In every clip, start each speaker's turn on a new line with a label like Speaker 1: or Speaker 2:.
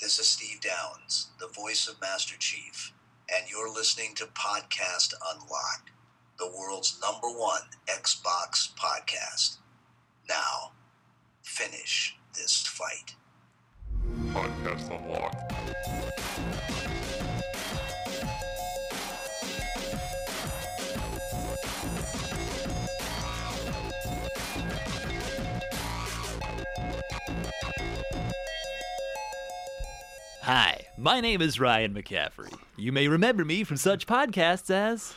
Speaker 1: This is Steve Downs, the voice of Master Chief, and you're listening to Podcast Unlocked, the world's number one Xbox podcast. Now, finish this fight.
Speaker 2: Podcast Unlocked.
Speaker 3: Hi, my name is Ryan McCaffrey. You may remember me from such podcasts as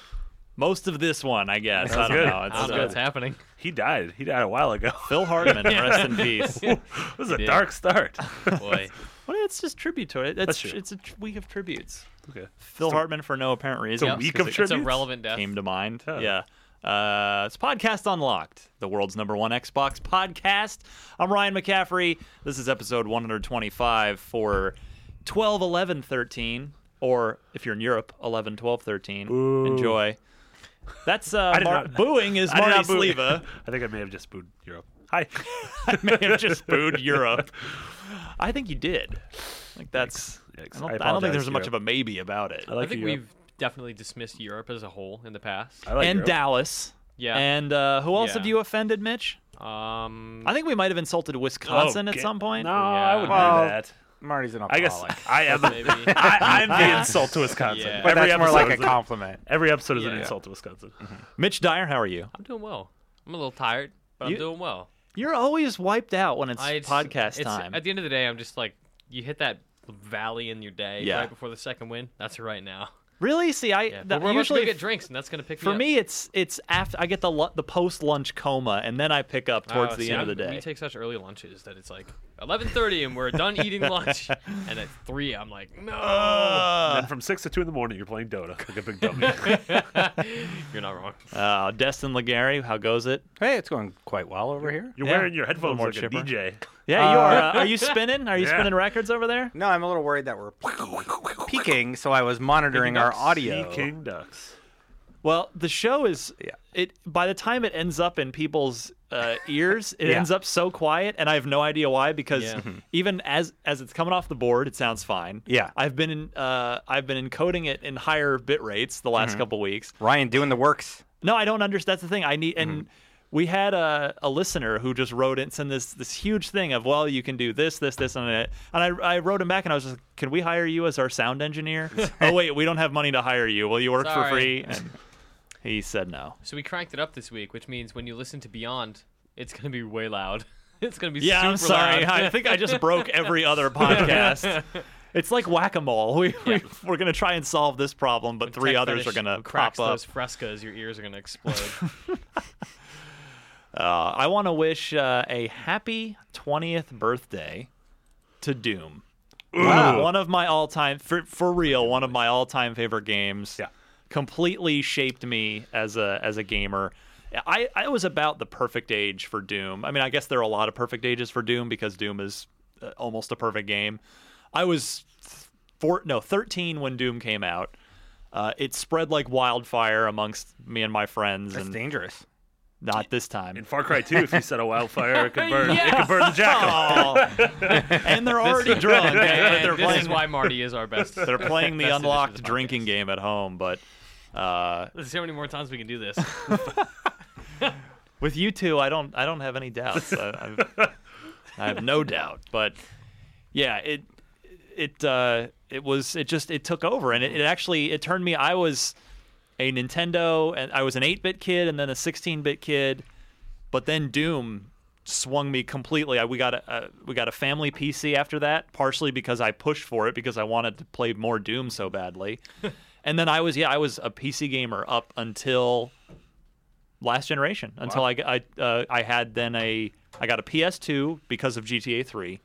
Speaker 3: most of this one, I guess. I don't
Speaker 4: good.
Speaker 3: know.
Speaker 5: I don't know what's
Speaker 3: uh,
Speaker 5: happening.
Speaker 4: He died. He died a while ago.
Speaker 3: Phil Hardman, rest in peace.
Speaker 4: This is a dark start.
Speaker 5: Boy,
Speaker 3: Well, it's just tribute to it. That's,
Speaker 4: That's true.
Speaker 3: It's a tr- week of tributes.
Speaker 4: okay.
Speaker 3: Phil Hartman for no apparent reason.
Speaker 4: a
Speaker 3: just
Speaker 4: week
Speaker 3: 'cause
Speaker 4: of
Speaker 3: it
Speaker 5: it's a
Speaker 4: Tributes?
Speaker 5: relevant death.
Speaker 3: Came to mind.
Speaker 4: Huh.
Speaker 3: Yeah. Uh, it's Podcast Unlocked, the world's number one Xbox podcast. I'm Ryan McCaffrey. This is episode 125 for 12, 11, 13, or if you're in Europe, 11, 12, 13. Enjoy. That's uh,
Speaker 4: did
Speaker 3: Mar-
Speaker 4: not-
Speaker 3: booing is
Speaker 4: I did
Speaker 3: Marty
Speaker 4: not boo-
Speaker 3: Sleva.
Speaker 4: I think I may have just booed Europe. Hi.
Speaker 3: I may have just booed Europe. I think you did. Like that's.
Speaker 4: Yikes.
Speaker 3: I, don't,
Speaker 4: I
Speaker 3: I don't think
Speaker 4: apologize,
Speaker 3: there's much
Speaker 4: Europe.
Speaker 3: of a maybe about it.
Speaker 4: I
Speaker 5: I
Speaker 4: like
Speaker 5: think
Speaker 4: Europe.
Speaker 5: we've definitely dismissed Europe as a whole in the past.
Speaker 4: I like
Speaker 3: and
Speaker 4: Europe.
Speaker 3: Dallas.
Speaker 5: Yeah.
Speaker 3: And uh, who else
Speaker 5: Yeah.
Speaker 3: have you offended, Mitch?
Speaker 5: Um,
Speaker 3: I think we might have insulted Wisconsin at some point.
Speaker 4: No, I wouldn't
Speaker 6: Well,
Speaker 4: do that.
Speaker 6: Marty's an
Speaker 4: I
Speaker 6: alcoholic.
Speaker 4: guess I am.
Speaker 5: Oh. maybe.
Speaker 4: I, I'm the insult to Wisconsin.
Speaker 5: Yeah.
Speaker 6: but
Speaker 4: Every
Speaker 6: that's more
Speaker 4: episode
Speaker 6: like a Uh-huh.
Speaker 4: is
Speaker 6: compliment.
Speaker 4: Every episode is an
Speaker 5: Yeah.
Speaker 4: insult to Wisconsin.
Speaker 3: Mitch Dyer, how are you?
Speaker 5: I'm doing well. I'm a little tired, but
Speaker 3: You-
Speaker 5: I'm doing well.
Speaker 3: You're always wiped out when it's
Speaker 5: I, it's-
Speaker 3: podcast
Speaker 5: it's-
Speaker 3: time.
Speaker 5: At the end of the day, I'm just like, you hit that valley in your day
Speaker 3: Yeah.
Speaker 5: right before the second win. That's right now.
Speaker 3: really? See, I
Speaker 5: Yeah.
Speaker 3: that-
Speaker 5: But we're
Speaker 3: usually
Speaker 5: usually get drinks, and that's gonna pick
Speaker 3: for
Speaker 5: me. up.
Speaker 3: me it's it's after I get the lu- the post lunch coma and then I pick up towards
Speaker 5: Oh,
Speaker 3: the
Speaker 5: see,
Speaker 3: end
Speaker 5: I'm-
Speaker 3: of the
Speaker 5: We
Speaker 3: day.
Speaker 5: take such early lunches that it's like 11:30 and we're done eating lunch, and at three I'm like, no,
Speaker 3: Ah,
Speaker 4: and then from six to two in the morning, you're playing Dota like a big dummy.
Speaker 5: you're not wrong.
Speaker 3: Uh, Destin Legary, how goes it?
Speaker 6: Hey, it's going quite well over here.
Speaker 4: You're
Speaker 3: Yeah.
Speaker 4: wearing your headphones
Speaker 3: more
Speaker 4: like a
Speaker 3: chipper.
Speaker 4: DJ.
Speaker 3: Yeah, you
Speaker 6: Uh,
Speaker 3: are. Uh, are you spinning? Are you
Speaker 4: Yeah.
Speaker 3: spinning records over there?
Speaker 6: No, I'm a little worried that we're peaking, so I was monitoring our audio.
Speaker 4: King Ducks.
Speaker 3: Well, the show is
Speaker 6: Yeah.
Speaker 3: it by the time it ends up in people's uh, ears, it
Speaker 6: Yeah.
Speaker 3: ends up so quiet, and I have no idea why. Because
Speaker 5: Yeah. Mhm.
Speaker 3: even as as it's coming off the board, it sounds fine.
Speaker 6: Yeah.
Speaker 3: I've been in, uh, I've been encoding it in higher bit rates the
Speaker 6: Mm-hmm.
Speaker 3: last couple weeks.
Speaker 6: Ryan doing the works.
Speaker 3: No, I don't understand. That's the thing. I need and.
Speaker 5: Mm-hmm.
Speaker 3: We had a, a listener who just wrote and sent this this huge thing of well you can do this this this and it and I, I wrote him back and I was just like, can we hire you as our sound engineer oh wait we don't have money to hire you will you work for
Speaker 5: Sorry.
Speaker 3: free and he said no
Speaker 5: So we cranked it up this week, which means when you listen to Beyond, it's gonna be way loud. It's gonna be
Speaker 3: Yeah,
Speaker 5: super
Speaker 3: I'm sorry.
Speaker 5: loud.
Speaker 3: I think I just broke every other podcast. It's like whack-a-mole. We, we, we're going to try and solve this problem, but three
Speaker 5: Tech
Speaker 3: others are
Speaker 5: Fetish
Speaker 3: going to
Speaker 5: cracks
Speaker 3: pop up.
Speaker 5: those frescas, your ears are gonna explode. Oh,
Speaker 3: Uh, I want to wish uh, a happy 20th birthday to Doom. Wow. One of my all-time, for, for real, one of my all-time favorite games.
Speaker 4: Yeah.
Speaker 3: Completely shaped me as a as a gamer. I, I was about the perfect age for Doom. I mean, I guess there are a lot of perfect ages for Doom because Doom is uh, almost a perfect game. I was th- four, no 13 when Doom came out. Uh, it spread like wildfire amongst me and my friends.
Speaker 6: That's
Speaker 3: and
Speaker 6: dangerous.
Speaker 3: Not this time.
Speaker 4: In Far Cry 2, if you set a wildfire, it could burn. It
Speaker 3: Yeah.
Speaker 4: could burn the jackal.
Speaker 3: Oh. and they're already drunk.
Speaker 5: Yeah,
Speaker 3: but
Speaker 5: yeah,
Speaker 3: they're
Speaker 5: this
Speaker 3: playing
Speaker 5: is why Marty is our best.
Speaker 3: they're playing the
Speaker 5: Best edition of
Speaker 3: unlocked
Speaker 5: podcast.
Speaker 3: drinking game at home, but uh,
Speaker 5: Let's see how many more times we can do this.
Speaker 3: with you two, I don't I don't have any doubts. I, I've, I have no doubt, but yeah, it it uh, it was it just it took over, and it, it actually it turned me. I was a Nintendo, and I was an 8-bit kid, and then a 16-bit kid, but then Doom swung me completely. I, we got a, a we got a family PC after that, partially because I pushed for it because I wanted to play more Doom so badly. and then I was yeah, I was a PC gamer up until last generation until I g- I uh, I had then a I got a PS2 because of GTA 3,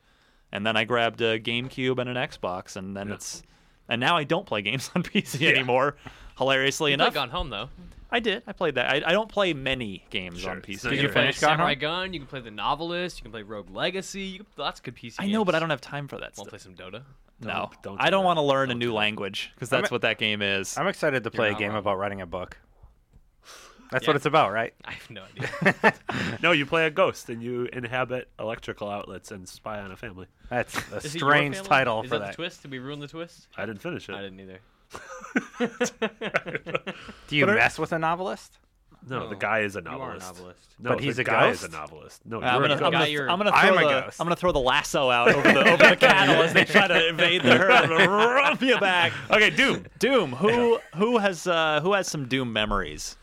Speaker 3: and then I grabbed a GameCube and an Xbox, and then it's and now I don't play games on PC anymore. Hilariously
Speaker 5: you
Speaker 3: enough,
Speaker 5: Gone Home though.
Speaker 3: I did. I played that. I, I don't play many games on PC.
Speaker 4: So you
Speaker 5: can play
Speaker 6: finish Gone
Speaker 5: Samurai
Speaker 6: Home?
Speaker 5: Gun. You can play The Novelist. You can play Rogue Legacy. You can, lots of good PC.
Speaker 3: I know, but I
Speaker 5: games.
Speaker 3: don't have time for that.
Speaker 5: Want to
Speaker 3: stuff.
Speaker 5: play some Dota?
Speaker 3: No,
Speaker 4: Don't- don't
Speaker 3: I
Speaker 4: do
Speaker 3: don't
Speaker 4: that.
Speaker 3: want to learn a new language because that's
Speaker 6: I'm-
Speaker 3: what that game is.
Speaker 6: I'm excited to play a
Speaker 5: not
Speaker 6: game
Speaker 5: wrong.
Speaker 6: about writing a book. That's
Speaker 5: Yeah.
Speaker 6: what it's about, right?
Speaker 5: I have no idea.
Speaker 4: No, you play a ghost and you inhabit electrical outlets and spy on a family.
Speaker 6: That's a
Speaker 5: Is it your
Speaker 6: strange
Speaker 5: family?
Speaker 6: title
Speaker 5: Is
Speaker 6: for
Speaker 5: that.
Speaker 6: that.
Speaker 5: the twist? Did we ruin the twist?
Speaker 4: I didn't finish it.
Speaker 5: I didn't either.
Speaker 6: Do you mess with a novelist?
Speaker 4: No, the guy is a
Speaker 5: You are a
Speaker 4: novelist.
Speaker 5: novelist. Ah,
Speaker 4: No,
Speaker 6: But
Speaker 4: the
Speaker 6: he's a
Speaker 4: guy is
Speaker 6: ghost?
Speaker 4: a novelist. No,
Speaker 3: I'm
Speaker 4: you're
Speaker 3: gonna,
Speaker 4: a
Speaker 3: I'm,
Speaker 4: ghost.
Speaker 5: guy,
Speaker 3: gonna,
Speaker 5: you're-
Speaker 3: I'm gonna throw
Speaker 6: I'm a
Speaker 3: the
Speaker 6: ghost.
Speaker 3: I'm gonna throw the lasso out over the over the cattle as they try to invade the herd. I'm gonna rub you back. Okay, Doom. Doom. Who who has uh, who has some Doom memories?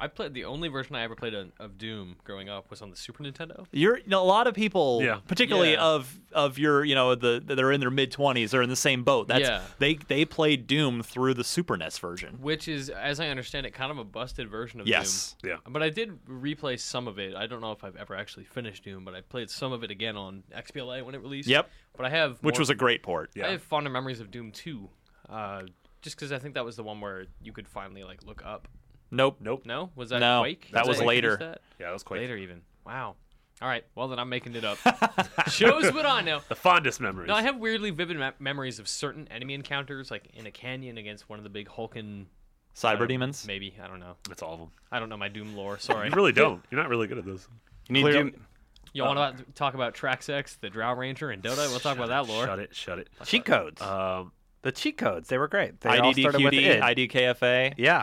Speaker 5: I played the only version I ever played on, of Doom growing up was on the Super Nintendo.
Speaker 3: You're you know, a lot of people,
Speaker 4: Yeah.
Speaker 3: particularly
Speaker 5: Yeah.
Speaker 3: of of your you know the they're in their mid twenties. They're in the same boat. That's
Speaker 5: Yeah.
Speaker 3: they they played Doom through the Super NES version.
Speaker 5: which is, as I understand it, kind of a busted version of
Speaker 3: Yes.
Speaker 5: Doom.
Speaker 4: Yeah.
Speaker 5: But I did replay some of it. I don't know if I've ever actually finished Doom, but I played some of it again on XBLA when it released.
Speaker 3: Yep.
Speaker 5: But I have
Speaker 3: Which
Speaker 5: more-
Speaker 3: was a great port.
Speaker 5: I
Speaker 4: Yeah.
Speaker 5: have fonder memories of Doom 2, uh, just because I think that was the one where you could finally like look up.
Speaker 3: Nope.
Speaker 4: Nope.
Speaker 5: No, was that
Speaker 3: No,
Speaker 5: Quake?
Speaker 3: that
Speaker 5: Did
Speaker 3: was
Speaker 5: they introduce
Speaker 3: later.
Speaker 5: that?
Speaker 4: Yeah, that was quite
Speaker 5: Later even. Wow. All right. Well then, I'm making it up. Shows what I know.
Speaker 4: the fondest memories.
Speaker 5: No, I have weirdly vivid me- memories of certain enemy encounters, like in a canyon against one of the big Hulkin. I
Speaker 3: Cyber
Speaker 5: don't-
Speaker 3: demons.
Speaker 5: Maybe I don't know.
Speaker 4: That's all of them.
Speaker 5: I don't know my Doom lore. Sorry.
Speaker 4: You really don't. You're not really good at this.
Speaker 6: You need
Speaker 3: Clear-
Speaker 6: Doom-
Speaker 5: you want to talk about Traxx, the Drow Ranger, and Dota? We'll talk about that lore.
Speaker 4: Shut it. Shut it.
Speaker 6: cheat codes.
Speaker 5: Uh,
Speaker 4: Um,
Speaker 6: the cheat codes. They were great. They all started with
Speaker 3: IDDQD,
Speaker 6: id.
Speaker 3: IDKFA,
Speaker 6: yeah.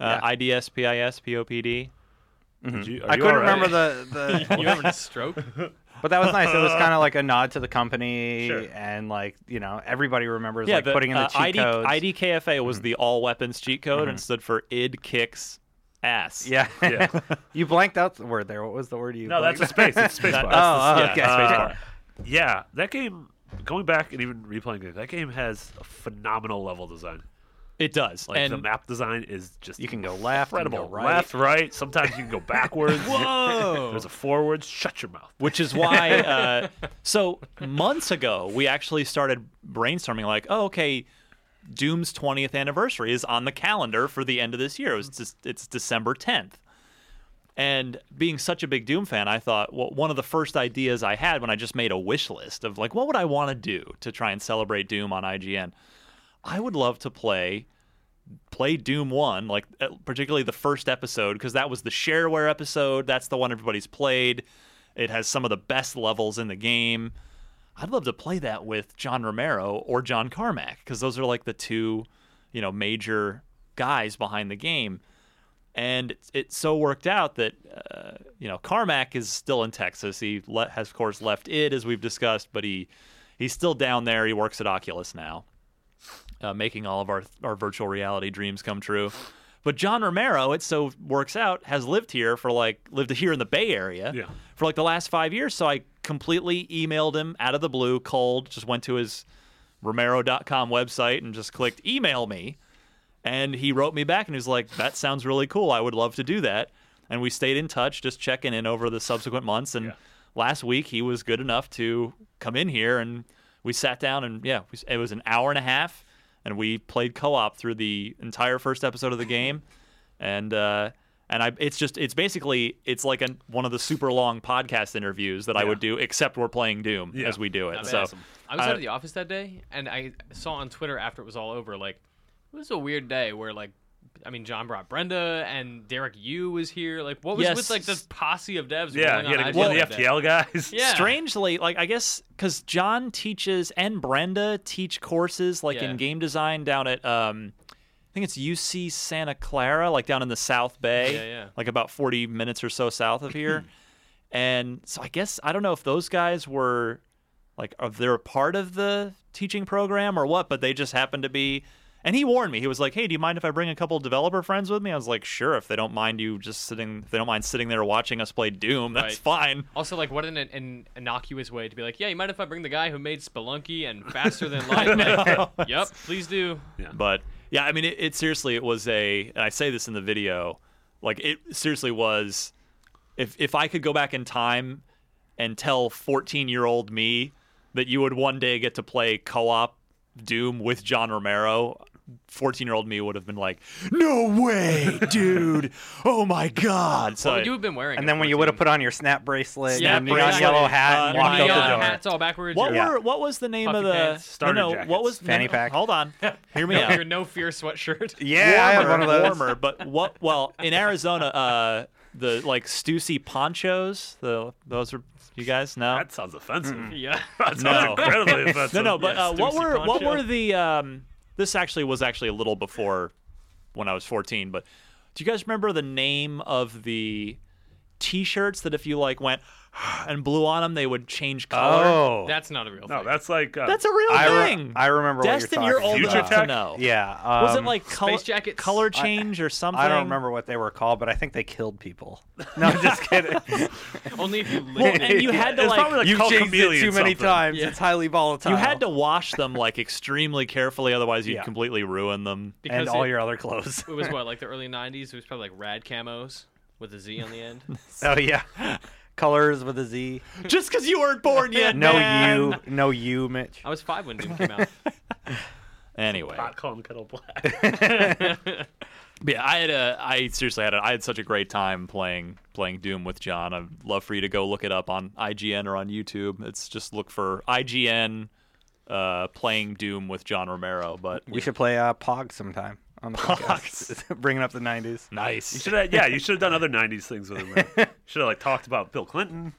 Speaker 3: uh, IDSPIS, POPD.
Speaker 4: did you- are
Speaker 6: Mm-hmm. I
Speaker 4: you
Speaker 6: couldn't
Speaker 4: all right?
Speaker 6: remember the, the
Speaker 5: You having a stroke?
Speaker 6: but that was nice. It was kind of like a nod to the company
Speaker 4: Sure.
Speaker 6: and like, you know, everybody remembers like
Speaker 3: the,
Speaker 6: putting in the
Speaker 3: uh,
Speaker 6: cheat
Speaker 3: ID,
Speaker 6: codes. Mm-hmm.
Speaker 3: IDKFA was the all weapons cheat code and stood for id kicks ass.
Speaker 6: Yeah.
Speaker 4: Yeah.
Speaker 6: you blanked out the word there. What was the word you
Speaker 4: No, that's a
Speaker 6: blanked-
Speaker 4: space. It's space.
Speaker 3: That-
Speaker 4: bar.
Speaker 3: that's
Speaker 6: Oh,
Speaker 3: the-
Speaker 6: okay.
Speaker 3: yeah,
Speaker 4: Uh,
Speaker 3: spacebar.
Speaker 4: yeah, that game. Going back and even replaying it, that game has a phenomenal level design.
Speaker 3: It does.
Speaker 4: Like
Speaker 3: and
Speaker 4: the map design is just
Speaker 6: You can go left, you can go
Speaker 4: incredible.
Speaker 6: right.
Speaker 4: Left, right. Sometimes you can go backwards.
Speaker 3: Whoa.
Speaker 4: There's a forwards. Shut your mouth.
Speaker 3: which is why uh, so months ago we actually started brainstorming like oh okay doom's 20th anniversary is on the calendar for the end of this year it was just, it's december 10th and being such a big doom fan i thought well one of the first ideas i had when i just made a wish list of like what would i want to do to try and celebrate doom on ign i would love to play play Doom 1, like uh, particularly the first episode, because that was the shareware episode. That's the one everybody's played. It has some of the best levels in the game. I'd love to play that with John Romero or John Carmack, because those are like the two, you know, major guys behind the game. And it, it so worked out that, uh, you know, Carmack is still in Texas. He le- has, of course, left it, as we've discussed, but he he's still down there. He works at Oculus now uh, making all of our our virtual reality dreams come true. But John Romero, it so works out, has lived here for like lived here in the Bay Area
Speaker 4: Yeah.
Speaker 3: for like the last five years. So I completely emailed him out of the blue, cold. Just went to his Romero.com website and just clicked email me, and he wrote me back and he was like, "That sounds really cool. I would love to do that." And we stayed in touch, just checking in over the subsequent months. And last week, he was good enough to come in here, and we sat down and yeah, we, it was an hour and a half, and we played co-op through the entire first episode of the game, and uh, and I, it's just it's basically it's like an, one of the super long podcast interviews that I would do, except we're playing Doom
Speaker 4: Yeah.
Speaker 3: as we do it.
Speaker 5: That's
Speaker 3: so
Speaker 5: awesome. I was
Speaker 3: uh,
Speaker 5: out of the office that day, and I saw on Twitter after it was all over, like, it was a weird day where, like, I mean, John brought Brenda and Derek Yu was here. Like, what was
Speaker 3: Yes.
Speaker 5: with like this posse of devs?
Speaker 4: Yeah,
Speaker 5: rolling
Speaker 4: you
Speaker 5: on
Speaker 4: had one of
Speaker 5: IGN
Speaker 4: the
Speaker 5: that day?
Speaker 4: FTL guys.
Speaker 5: Yeah.
Speaker 3: strangely like i guess because john teaches and brenda teach courses like
Speaker 5: Yeah.
Speaker 3: in game design down at um i think it's uc santa clara like down in the south bay
Speaker 5: Yeah, yeah.
Speaker 3: like about 40 minutes or so south of here and so i guess i don't know if those guys were like are they're a part of the teaching program or what but they just happened to be and he warned me he was like hey do you mind if i bring a couple developer friends with me i was like sure if they don't mind you just sitting if they don't mind sitting there watching us play doom that's
Speaker 5: Right.
Speaker 3: fine
Speaker 5: Also, like, what an, an innocuous way to be like, yeah, you mind if I bring the guy who made Spelunky and Faster Than Light? Like, yep, please do.
Speaker 3: But yeah, I mean, it, it seriously it was a, and I say this in the video, like it seriously was. If if I could go back in time and tell 14 year old me that you would one day get to play co op Doom with John Romero. 14 year old me would have been like, No way, dude. Oh my God. So,
Speaker 5: what would you have been wearing?
Speaker 6: And
Speaker 5: at
Speaker 6: then when you would have
Speaker 5: 14?
Speaker 6: put on your snap bracelet,
Speaker 5: Snap
Speaker 6: your neon
Speaker 5: bracelet,
Speaker 6: yellow hat,
Speaker 3: uh,
Speaker 6: and walked
Speaker 5: Neon
Speaker 6: out the door.
Speaker 5: hats all backwards.
Speaker 3: what,
Speaker 5: your,
Speaker 6: Yeah.
Speaker 3: were, what was the name of
Speaker 5: Puffy
Speaker 3: the.
Speaker 5: pants,
Speaker 4: starter
Speaker 3: no, no,
Speaker 4: jackets,
Speaker 3: what was. no,
Speaker 6: fanny
Speaker 3: no,
Speaker 6: pack.
Speaker 3: Hold on. Hear me
Speaker 5: no,
Speaker 3: out.
Speaker 5: your no fear sweatshirt?
Speaker 6: Yeah, I had
Speaker 3: warmer,
Speaker 6: one of those.
Speaker 3: warmer, but what? Well, in Arizona, uh, the like Stussy ponchos, the those are you guys know.
Speaker 4: That sounds offensive.
Speaker 5: yeah.
Speaker 4: That sounds
Speaker 3: No.
Speaker 4: incredibly offensive.
Speaker 3: no, no, but
Speaker 5: yeah,
Speaker 3: uh, what
Speaker 5: Stussy
Speaker 3: were what
Speaker 5: poncho.
Speaker 3: were the? Um, this actually was actually a little before when I was fourteen, but do you guys remember the name of the t-shirts that if you like went and blew on them, they would change color?
Speaker 6: Oh,
Speaker 5: That's not a real
Speaker 4: No,
Speaker 5: thing.
Speaker 4: that's like uh,
Speaker 3: That's a real
Speaker 6: I, re-
Speaker 3: thing.
Speaker 6: I remember
Speaker 3: Destin,
Speaker 6: what
Speaker 3: you're,
Speaker 6: you're
Speaker 3: old
Speaker 6: talking
Speaker 4: Future
Speaker 3: enough
Speaker 6: about.
Speaker 3: to
Speaker 4: Tech?
Speaker 3: know.
Speaker 6: Yeah.
Speaker 3: Was it
Speaker 6: um,
Speaker 3: like color,
Speaker 5: jackets?
Speaker 3: color change or something?
Speaker 6: I don't remember what they were called, but I think they killed people. No, I'm just kidding.
Speaker 5: Only if you live.
Speaker 3: Well, and you had to
Speaker 4: It's
Speaker 3: like
Speaker 4: probably like
Speaker 6: You've
Speaker 4: called
Speaker 6: changed it
Speaker 4: chameleon
Speaker 6: too many
Speaker 4: something.
Speaker 6: times.
Speaker 5: Yeah.
Speaker 6: It's highly volatile.
Speaker 3: You had to wash them like extremely carefully, otherwise you'd
Speaker 6: Yeah.
Speaker 3: completely ruin them.
Speaker 5: because
Speaker 6: and all
Speaker 5: it,
Speaker 6: your other clothes.
Speaker 5: It was what, like the early 90s? It was probably like rad camos with a Z on the end.
Speaker 6: oh yeah, colors with a Z.
Speaker 3: Just because you weren't born yet.
Speaker 6: No
Speaker 3: man.
Speaker 6: you, no you, Mitch.
Speaker 5: I was five when Doom came out.
Speaker 3: Anyway,
Speaker 4: Not Colin Kettle Black.
Speaker 3: yeah, I had a, I seriously had, a, I had such a great time playing playing Doom with John. I'd love for you to go look it up on IGN or on YouTube. It's just look for IGN uh, playing Doom with John Romero. But
Speaker 6: We should play uh, Pog sometime on the podcast. Bringing up the '90s.
Speaker 3: nice.
Speaker 4: Should have, yeah, you should have done other '90s things with him. Man. Should have like talked about Bill Clinton.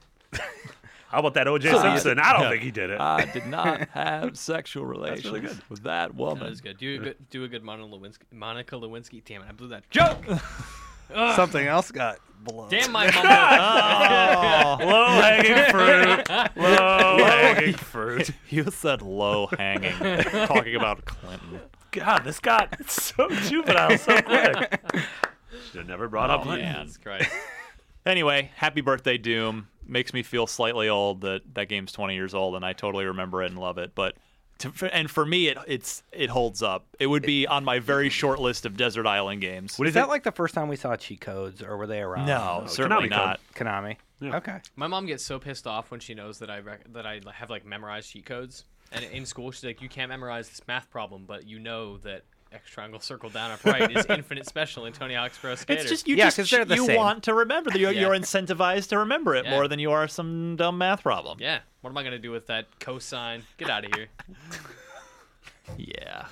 Speaker 4: How about that O.J. Simpson? I don't think he did it.
Speaker 3: I did not have sexual relations with that
Speaker 5: That
Speaker 3: woman.
Speaker 5: was good. Do a good, do a good Monica Lewinsky. Monica Lewinsky. Damn it, I blew that joke.
Speaker 6: Something else got blown.
Speaker 5: Damn my mumble.
Speaker 4: Low hanging fruit. Low hanging fruit.
Speaker 3: you said low hanging, talking about Clinton.
Speaker 4: God, this got so juvenile so quick. Should have never brought up Clinton.
Speaker 3: man.
Speaker 5: Jesus Christ.
Speaker 3: Anyway, happy birthday, Doom. Makes me feel slightly old that that game's 20 years old, and I totally remember it and love it. But to, for, and for me, it it's it holds up. It would be on my very short list of desert island games.
Speaker 6: Is that like the first time we saw cheat codes, or were they around?
Speaker 3: no, certainly
Speaker 4: Konami code.
Speaker 3: not.
Speaker 6: Konami.
Speaker 4: Yeah.
Speaker 6: Okay.
Speaker 5: My mom gets so pissed off when she knows that I rec- that I have like memorized cheat codes, and in school she's like, "You can't memorize this math problem, but you know that X triangle circle down up right is infinite special in Tony Hawk's Pro Skater."
Speaker 3: It's just you
Speaker 6: Yeah,
Speaker 3: just
Speaker 6: 'cause they're the
Speaker 3: you
Speaker 6: same.
Speaker 3: want to remember that you're,
Speaker 5: Yeah.
Speaker 3: you're incentivized to remember it
Speaker 5: Yeah.
Speaker 3: more than you are some dumb math problem.
Speaker 5: yeah. What am I gonna do with that cosine? Get out of here. Uh,
Speaker 3: Yeah.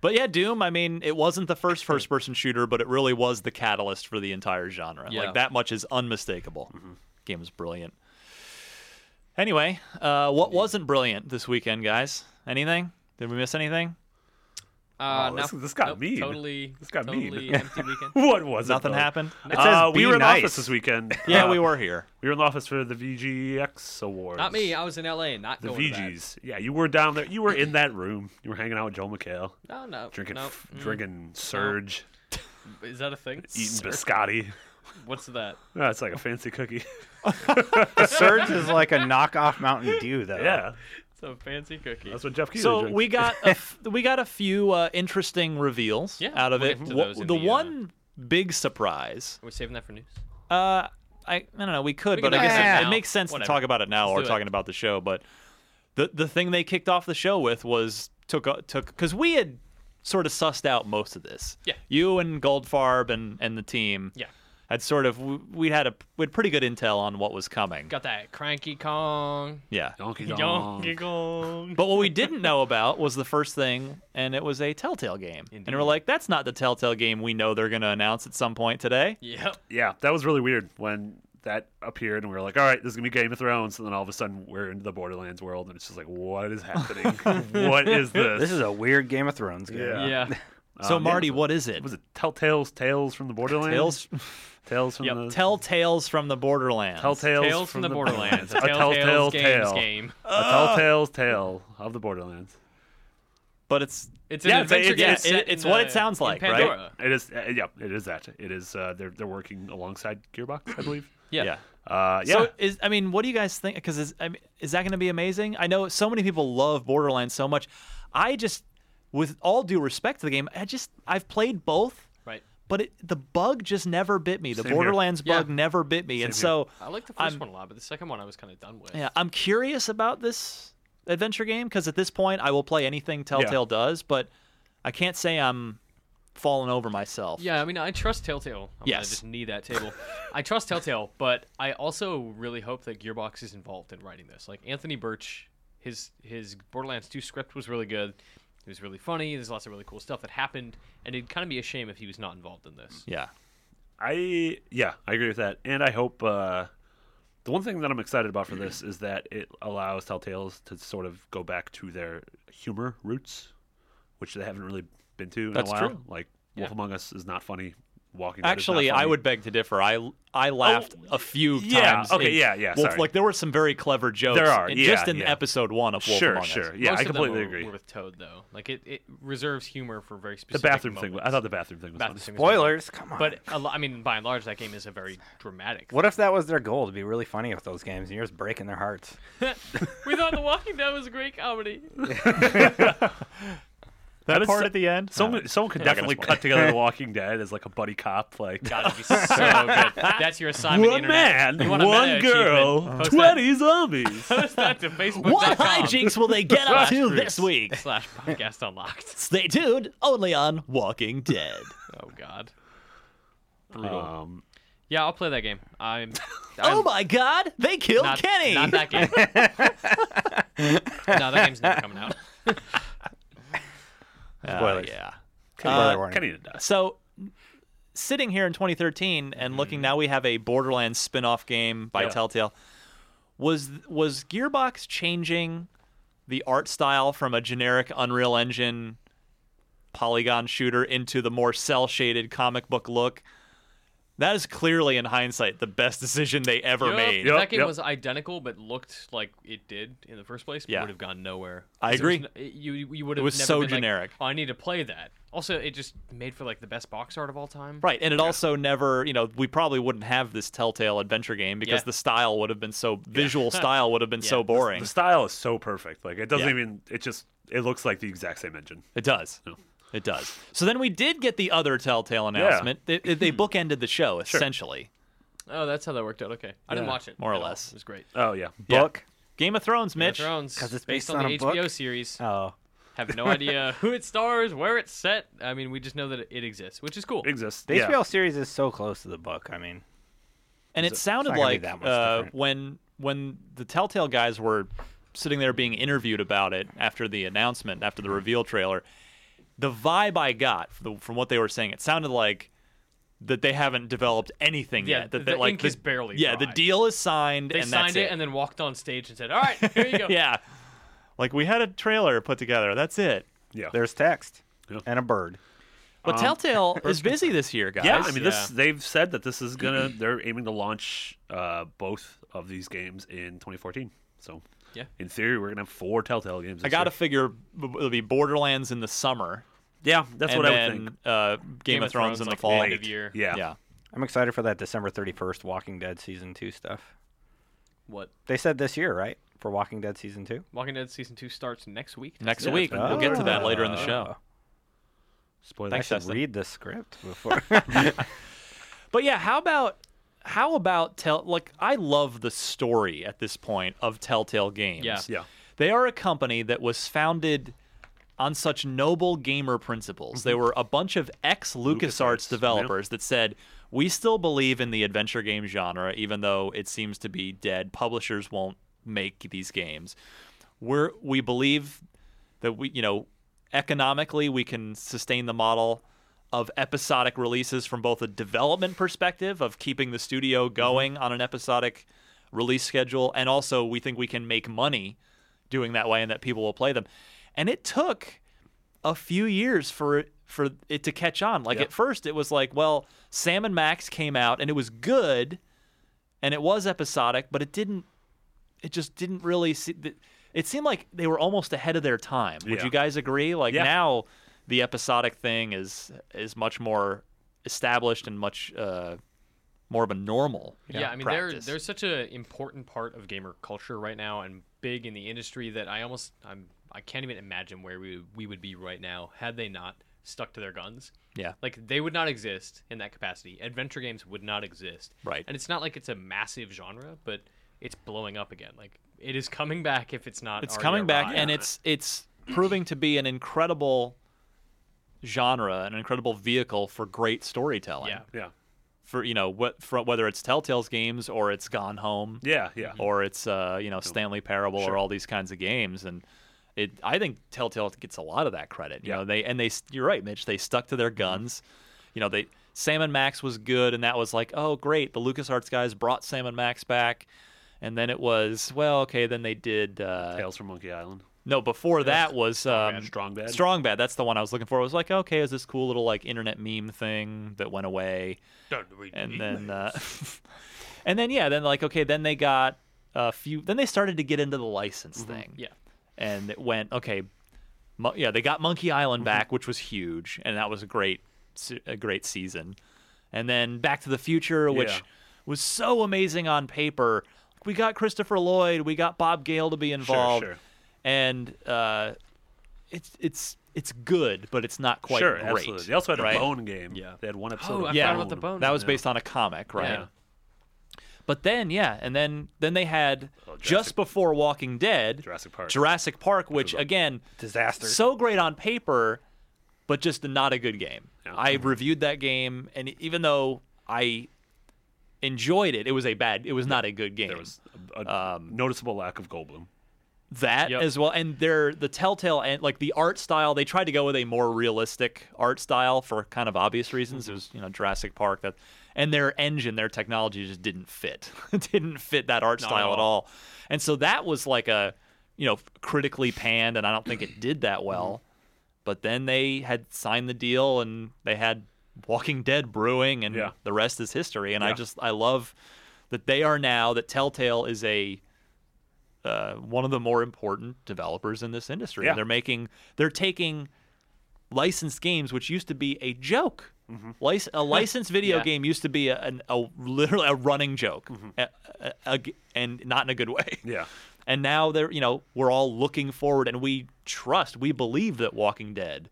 Speaker 3: But yeah, Doom, I mean, it wasn't the first first person shooter, but it really was the catalyst for the entire genre.
Speaker 5: Yeah. Mm-hmm.
Speaker 3: Like, that much is unmistakable. Game is brilliant. Anyway, uh, what wasn't brilliant this weekend, guys? Anything? Did we miss anything?
Speaker 5: Uh,
Speaker 4: Wow, this-
Speaker 5: no,
Speaker 4: this got
Speaker 5: nope,
Speaker 4: mean.
Speaker 5: Totally.
Speaker 4: This got mean.
Speaker 5: totally empty weekend.
Speaker 4: What was it?
Speaker 3: Nothing
Speaker 4: though?
Speaker 3: happened?
Speaker 6: It says
Speaker 4: Uh,
Speaker 6: be
Speaker 4: we were in
Speaker 6: nice.
Speaker 4: office this weekend.
Speaker 3: Yeah,
Speaker 4: Uh,
Speaker 3: we were here.
Speaker 4: We were in office for the VGX awards.
Speaker 5: Not me. I was in LA. Not
Speaker 4: The
Speaker 5: going To
Speaker 4: VGs. Yeah, you were down there. You were in that room. You were hanging out with Joe McHale,
Speaker 5: that. No, no.
Speaker 4: drinking,
Speaker 5: no.
Speaker 4: f- drinking Surge,
Speaker 5: Is that a thing?
Speaker 4: eating biscotti.
Speaker 5: What's that?
Speaker 4: No, it's like a fancy cookie.
Speaker 6: The Surge is like a knockoff Mountain Dew, though.
Speaker 4: Yeah,
Speaker 5: It's a fancy cookie.
Speaker 4: that's what Jeff Keely
Speaker 3: So
Speaker 4: drinks.
Speaker 3: we got a f- we got a few uh, interesting reveals
Speaker 5: Yeah,
Speaker 3: out of
Speaker 5: we'll
Speaker 3: it.
Speaker 5: get to
Speaker 3: Wha-
Speaker 5: those in
Speaker 3: the
Speaker 5: the, uh,
Speaker 3: one big surprise
Speaker 5: Are we saving that for news?
Speaker 3: Uh, I, I don't know. We could,
Speaker 5: We
Speaker 3: but
Speaker 5: can
Speaker 3: I guess
Speaker 5: talk about
Speaker 3: it-
Speaker 5: it
Speaker 3: it,
Speaker 5: now.
Speaker 3: makes sense to
Speaker 5: Whatever.
Speaker 3: talk about it now
Speaker 5: Let's
Speaker 3: or
Speaker 5: do it.
Speaker 3: talking about the show. But the the thing they kicked off the show with was took uh, took because we had sort of sussed out most of this.
Speaker 5: Yeah.
Speaker 3: You and Goldfarb and and the team.
Speaker 5: Yeah.
Speaker 3: had sort of we had a we had pretty good intel on what was coming.
Speaker 5: Got that cranky Kong.
Speaker 3: Yeah.
Speaker 4: Donkey Kong.
Speaker 5: Donkey Kong.
Speaker 3: But what we didn't know about was the first thing, and it was a Telltale game. And we're like, that's not the Telltale game we know they're going to announce at some point today.
Speaker 5: Yep.
Speaker 4: Yeah, that was really weird when that appeared, and we were like, "All right, this is gonna be Game of Thrones," and then all of a sudden we're into the Borderlands world, and it's just like, "What is happening? what is this?"
Speaker 6: This is a weird Game of Thrones game.
Speaker 4: Yeah.
Speaker 5: Yeah.
Speaker 3: so,
Speaker 4: Um, yeah,
Speaker 3: Marty,
Speaker 4: it was,
Speaker 3: what is it?
Speaker 4: it was it Telltale's Tales from the Borderlands?
Speaker 3: Tales,
Speaker 4: Tales from
Speaker 5: Yep,
Speaker 4: the
Speaker 3: Telltales from the Borderlands.
Speaker 4: Telltale
Speaker 5: Tales from the Borderlands.
Speaker 4: a Telltale
Speaker 5: Telltale's Games
Speaker 4: tale,
Speaker 5: game.
Speaker 4: a Telltale's tale of the Borderlands.
Speaker 3: But it's
Speaker 5: It's an
Speaker 3: Yeah, it's-
Speaker 5: adventure
Speaker 3: it's-
Speaker 5: game.
Speaker 3: yeah,
Speaker 5: set
Speaker 3: it- it's
Speaker 5: in,
Speaker 3: what
Speaker 5: uh,
Speaker 3: it sounds
Speaker 5: in
Speaker 3: like, right?
Speaker 5: Pandora.
Speaker 4: It is, uh, yeah, it is that. It is. Uh, they're they're working alongside Gearbox, I believe.
Speaker 5: Yeah.
Speaker 3: yeah.
Speaker 4: Uh, yeah,
Speaker 3: So is I mean, what do you guys think? Because is I mean, is that going to be amazing? I know so many people love Borderlands so much. I just, with all due respect to the game, I just I've played both,
Speaker 5: Right.
Speaker 3: but it, the bug just never bit me. The
Speaker 4: Same here.
Speaker 3: Borderlands
Speaker 5: Yeah.
Speaker 3: bug never bit me, and
Speaker 4: here.
Speaker 3: so
Speaker 5: I like the 1st
Speaker 3: I'm-
Speaker 5: one a lot, but the second one I was kind of done with.
Speaker 3: yeah, I'm curious about this adventure game because at this point I will play anything Telltale does, but I can't say I'm falling over myself.
Speaker 5: Yeah, I mean, I trust Telltale. I'm gonna
Speaker 3: Yes.
Speaker 5: just knee that table. I trust Telltale, but I also really hope that Gearbox is involved in writing this. Like Anthony Birch, his his Borderlands 2 script was really good. It was really funny. There's lots of really cool stuff that happened, and it'd kind of be a shame if he was not involved in this.
Speaker 3: Yeah.
Speaker 4: I yeah, I agree with that, and I hope uh, the one thing that I'm excited about for this is that it allows Telltales to sort of go back to their humor roots, which they haven't really been to in
Speaker 3: That's
Speaker 4: a while.
Speaker 3: true.
Speaker 4: Like Wolf Among Us is not funny. Walking Dead is not
Speaker 3: Actually, I
Speaker 4: funny. Oh,
Speaker 3: would beg to differ. I I laughed a few
Speaker 4: yeah,
Speaker 3: times.
Speaker 4: okay,
Speaker 3: in
Speaker 4: yeah, yeah,
Speaker 3: Wolf,
Speaker 4: sorry.
Speaker 3: Like there were some very clever jokes.
Speaker 4: There are,
Speaker 3: in-
Speaker 4: yeah,
Speaker 3: just in
Speaker 4: yeah.
Speaker 3: episode one of Wolf
Speaker 4: sure,
Speaker 3: Among
Speaker 4: sure,
Speaker 3: Us.
Speaker 4: yeah,
Speaker 5: Most
Speaker 4: I
Speaker 5: of them
Speaker 4: completely
Speaker 5: were-
Speaker 4: agree.
Speaker 5: were with Toad though. Like it, it reserves humor for very
Speaker 4: the
Speaker 5: specific.
Speaker 4: bathroom thing.
Speaker 5: moments.
Speaker 4: I thought the bathroom thing was
Speaker 5: Bathroom
Speaker 4: funny.
Speaker 5: thing was really-
Speaker 6: Spoilers, come on.
Speaker 5: But uh, a lo- I mean, by and large, that game is a very dramatic.
Speaker 6: what if that was their goal to be really funny with those games, and you're just breaking their hearts?
Speaker 5: we thought The Walking Dead was a great comedy.
Speaker 3: That
Speaker 4: is
Speaker 3: part
Speaker 4: so-
Speaker 3: at the end.
Speaker 4: Someone, someone could
Speaker 3: Not gonna
Speaker 4: definitely
Speaker 3: spoil
Speaker 4: cut together The Walking Dead as like a buddy cop, like
Speaker 5: God, it'd be so good. That's your assignment.
Speaker 4: one
Speaker 5: internet.
Speaker 4: man,
Speaker 5: You want a
Speaker 4: one
Speaker 5: meta achievement,
Speaker 4: girl,
Speaker 5: post
Speaker 4: twenty zombies.
Speaker 5: that- Post that to Facebook.
Speaker 3: what hijinks will they get up to
Speaker 5: Slash
Speaker 3: this week?
Speaker 5: slash podcast unlocked?
Speaker 3: Stay tuned. Only on Walking Dead.
Speaker 5: Oh God.
Speaker 4: um,
Speaker 5: Yeah, I'll play that game. I'm. I'm
Speaker 3: oh my God! They killed
Speaker 5: not,
Speaker 3: Kenny.
Speaker 5: Not that game. no, that game's never coming out.
Speaker 3: Uh,
Speaker 6: Spoilers.
Speaker 3: yeah.
Speaker 6: Spoiler warning.
Speaker 4: uh, Kenny did us.
Speaker 3: So, sitting here in 2013 and looking now, we have a Borderlands spin-off game by
Speaker 4: Yeah.
Speaker 3: Telltale. Was was Gearbox changing the art style from a generic Unreal Engine polygon shooter into the more cell shaded comic book look? That is clearly, in hindsight, the best decision they ever
Speaker 5: Yup,
Speaker 3: made.
Speaker 4: Yup,
Speaker 5: That game
Speaker 4: yup.
Speaker 5: was identical, but looked like it did in the first place. But
Speaker 3: Yeah.
Speaker 5: would have gone nowhere.
Speaker 3: I
Speaker 5: 'Cause there was
Speaker 3: agree.
Speaker 5: no- you you would have.
Speaker 3: was
Speaker 5: never
Speaker 3: so
Speaker 5: been like,
Speaker 3: generic.
Speaker 5: oh, I need to play that. Also, it just made for like the best box art of all time.
Speaker 3: Right, and it also never, you know, we probably wouldn't have this Telltale adventure game because
Speaker 5: Yeah.
Speaker 3: the style would have been so visual style would have been so boring.
Speaker 4: The style is so perfect. Like it doesn't
Speaker 3: Yeah.
Speaker 4: even. It just. It looks like the exact same engine.
Speaker 3: It does.
Speaker 4: No.
Speaker 3: It does. So then we did get the other Telltale announcement. They, they bookended the show essentially.
Speaker 5: Oh, that's how that worked out. Okay, I didn't watch it.
Speaker 3: more or
Speaker 5: at all.
Speaker 3: less.
Speaker 5: It was great.
Speaker 4: Oh yeah.
Speaker 6: Book.
Speaker 3: Game of Thrones,
Speaker 5: Game of
Speaker 3: Mitch.
Speaker 5: Thrones,
Speaker 6: 'Cause it's
Speaker 5: based,
Speaker 6: based
Speaker 5: on,
Speaker 6: on
Speaker 5: the
Speaker 6: a book?
Speaker 5: HBO series.
Speaker 6: Oh,
Speaker 5: Have no idea who it stars, where it's set. I mean, we just know that it- it exists, which is cool.
Speaker 4: It exists.
Speaker 6: the
Speaker 4: yeah.
Speaker 6: HBO series is so close to the book. I mean,
Speaker 3: and it sounded
Speaker 6: not gonna be
Speaker 3: like
Speaker 6: that much
Speaker 3: uh,
Speaker 6: different.
Speaker 3: when when the Telltale guys were sitting there being interviewed about it after the announcement, after the reveal trailer, the vibe I got from, the, from what they were saying, it sounded like that they haven't developed anything
Speaker 5: Yeah,
Speaker 3: yet. That
Speaker 5: the
Speaker 3: that, like
Speaker 5: ink is barely
Speaker 3: Yeah, the
Speaker 5: dry.
Speaker 3: deal is signed.
Speaker 5: they
Speaker 3: and
Speaker 5: signed
Speaker 3: that's it,
Speaker 5: and then walked on stage and said, "All right, here you go."
Speaker 3: yeah, like we had a trailer put together. That's it.
Speaker 4: Yeah.
Speaker 6: there's text
Speaker 4: Yeah.
Speaker 6: and a bird.
Speaker 3: But Telltale is busy this year, guys.
Speaker 4: yeah. I mean, this. They've said that this is gonna. They're aiming to launch uh, both of these games in 2014. So.
Speaker 5: Yeah.
Speaker 4: In theory, we're gonna have four Telltale games.
Speaker 3: I
Speaker 4: this
Speaker 3: gotta
Speaker 4: year.
Speaker 3: figure b- it'll be Borderlands in the summer.
Speaker 4: yeah, that's
Speaker 3: and
Speaker 4: what I
Speaker 3: then,
Speaker 4: would think.
Speaker 3: Uh, Game, of Thrones, in the
Speaker 5: like,
Speaker 3: fall.
Speaker 5: end of year.
Speaker 4: Yeah.
Speaker 3: Yeah.
Speaker 6: I'm excited for that December 31st Walking Dead season two stuff.
Speaker 5: What?
Speaker 6: They said this year, right? For Walking Dead season two.
Speaker 5: Walking Dead season two starts next week.
Speaker 3: Next
Speaker 4: Yeah,
Speaker 3: week.
Speaker 4: it's been-
Speaker 3: We'll get to that later in the show.
Speaker 4: Spoiler.
Speaker 6: I
Speaker 3: Thanks,
Speaker 6: should
Speaker 3: Dustin.
Speaker 6: read the script before.
Speaker 3: But yeah, how about how about tell like I love the story at this point of Telltale Games.
Speaker 5: Yeah.
Speaker 4: Yeah.
Speaker 3: They are a company that was founded on such noble gamer principles. They were a bunch of ex LucasArts
Speaker 4: LucasArts, yeah.
Speaker 3: developers that said, We still believe in the adventure game genre, even though it seems to be dead. Publishers won't make these games. We're, we believe that we, you know, economically we can sustain the model of episodic releases from both a development perspective of keeping the studio going on an episodic release schedule and also we think we can make money doing that way and that people will play them and it took a few years for for it to catch on like
Speaker 4: Yeah.
Speaker 3: at first it was like well Sam and Max came out and it was good and it was episodic but it didn't it just didn't really see th- it seemed like they were almost ahead of their time would
Speaker 4: Yeah.
Speaker 3: you guys agree like
Speaker 4: Yeah.
Speaker 3: now the episodic thing is is much more established and much uh, more of a normal
Speaker 5: Yeah, I mean, they're,
Speaker 3: practice.
Speaker 5: they're such an important part of gamer culture right now and big in the industry that I almost I'm I can't even imagine where we we would be right now had they not stuck to their guns.
Speaker 3: yeah
Speaker 5: Like they would not exist in that capacity. Adventure games would not exist.
Speaker 3: Right.
Speaker 5: And it's not like it's a massive genre, but it's blowing up again. Like it is coming back if it's not.
Speaker 3: it's
Speaker 4: E
Speaker 5: already
Speaker 3: coming back
Speaker 5: arrived.
Speaker 3: and it's it's proving to be an incredible genre an incredible vehicle for great storytelling
Speaker 5: yeah. Oh,
Speaker 4: Yeah.
Speaker 3: for you know what for, whether it's telltale's games or it's gone home
Speaker 4: Yeah. Yeah.
Speaker 3: or it's uh, you know Stanley Parable or all these kinds of games, and it I think Telltale gets a lot of that credit. You
Speaker 4: Yeah. Mm-hmm.
Speaker 3: know they and they you're right, Mitch. They stuck to their guns. You know they Sam and Max was good, and that was like oh great, the LucasArts guys brought Sam and Max back, and then it was well okay. Then they did uh,
Speaker 4: Tales from Monkey Island.
Speaker 3: no, before that was um,
Speaker 4: Strong Bad.
Speaker 3: Strong Bad. That's the one I was looking for. It was like, okay, is this cool little like internet meme thing that went away? and then, uh, and then yeah, then like okay, then they got a few. Then they started to get into the license
Speaker 4: Mm-hmm.
Speaker 3: thing.
Speaker 5: Yeah.
Speaker 3: and it went okay. Mo- yeah, they got Monkey Island
Speaker 4: Mm-hmm.
Speaker 3: back, which was huge, and that was a great, se- a great season. And then Back to the Future, which
Speaker 4: Yeah.
Speaker 3: was so amazing on paper. We got Christopher Lloyd, we got Bob Gale to be involved,
Speaker 4: sure.
Speaker 3: and uh, it's it's it's good, but it's not quite
Speaker 4: sure,
Speaker 3: great.
Speaker 4: absolutely. They also had
Speaker 3: right?
Speaker 4: a Bone game.
Speaker 5: Yeah.
Speaker 4: They had one episode.
Speaker 5: Oh, I
Speaker 4: of
Speaker 3: Yeah.
Speaker 5: forgot about the bone.
Speaker 3: That was based on a comic, right?
Speaker 5: Yeah.
Speaker 3: But then, yeah, and then then they had just
Speaker 4: Oh, Jurassic-
Speaker 3: before Walking Dead,
Speaker 4: Jurassic Park.
Speaker 3: Jurassic Park, which again,
Speaker 6: Disaster.
Speaker 3: so great on paper, but just not a good game.
Speaker 4: Yeah.
Speaker 3: I reviewed that game, and even though I enjoyed it, it was a bad. It was not a good game.
Speaker 4: There was a, a noticeable lack of Goldblum.
Speaker 3: that
Speaker 5: Yep.
Speaker 3: as well, and their the Telltale and like the art style. They tried to go with a more realistic art style for kind of obvious reasons. It was you know Jurassic Park that, and their engine, their technology just didn't fit. It didn't fit that art style at all, and so that was like a you know critically panned, and I don't think it did that well. But then they had signed the deal and they had Walking Dead brewing and
Speaker 4: Yeah.
Speaker 3: the rest is history. And I
Speaker 4: Yeah.
Speaker 3: just I love that they are now that Telltale is a uh, one of the more important developers in this industry.
Speaker 4: Yeah.
Speaker 3: They're making they're taking licensed games, which used to be a joke.
Speaker 4: Mm-hmm.
Speaker 3: Lic- a licensed video
Speaker 5: Yeah.
Speaker 3: game used to be a, an a literally a running joke, A- a- a g- and not in a good way.
Speaker 4: Mm-hmm. Yeah.
Speaker 3: And now they're, you know, we're all looking forward and we trust, we believe that Walking Dead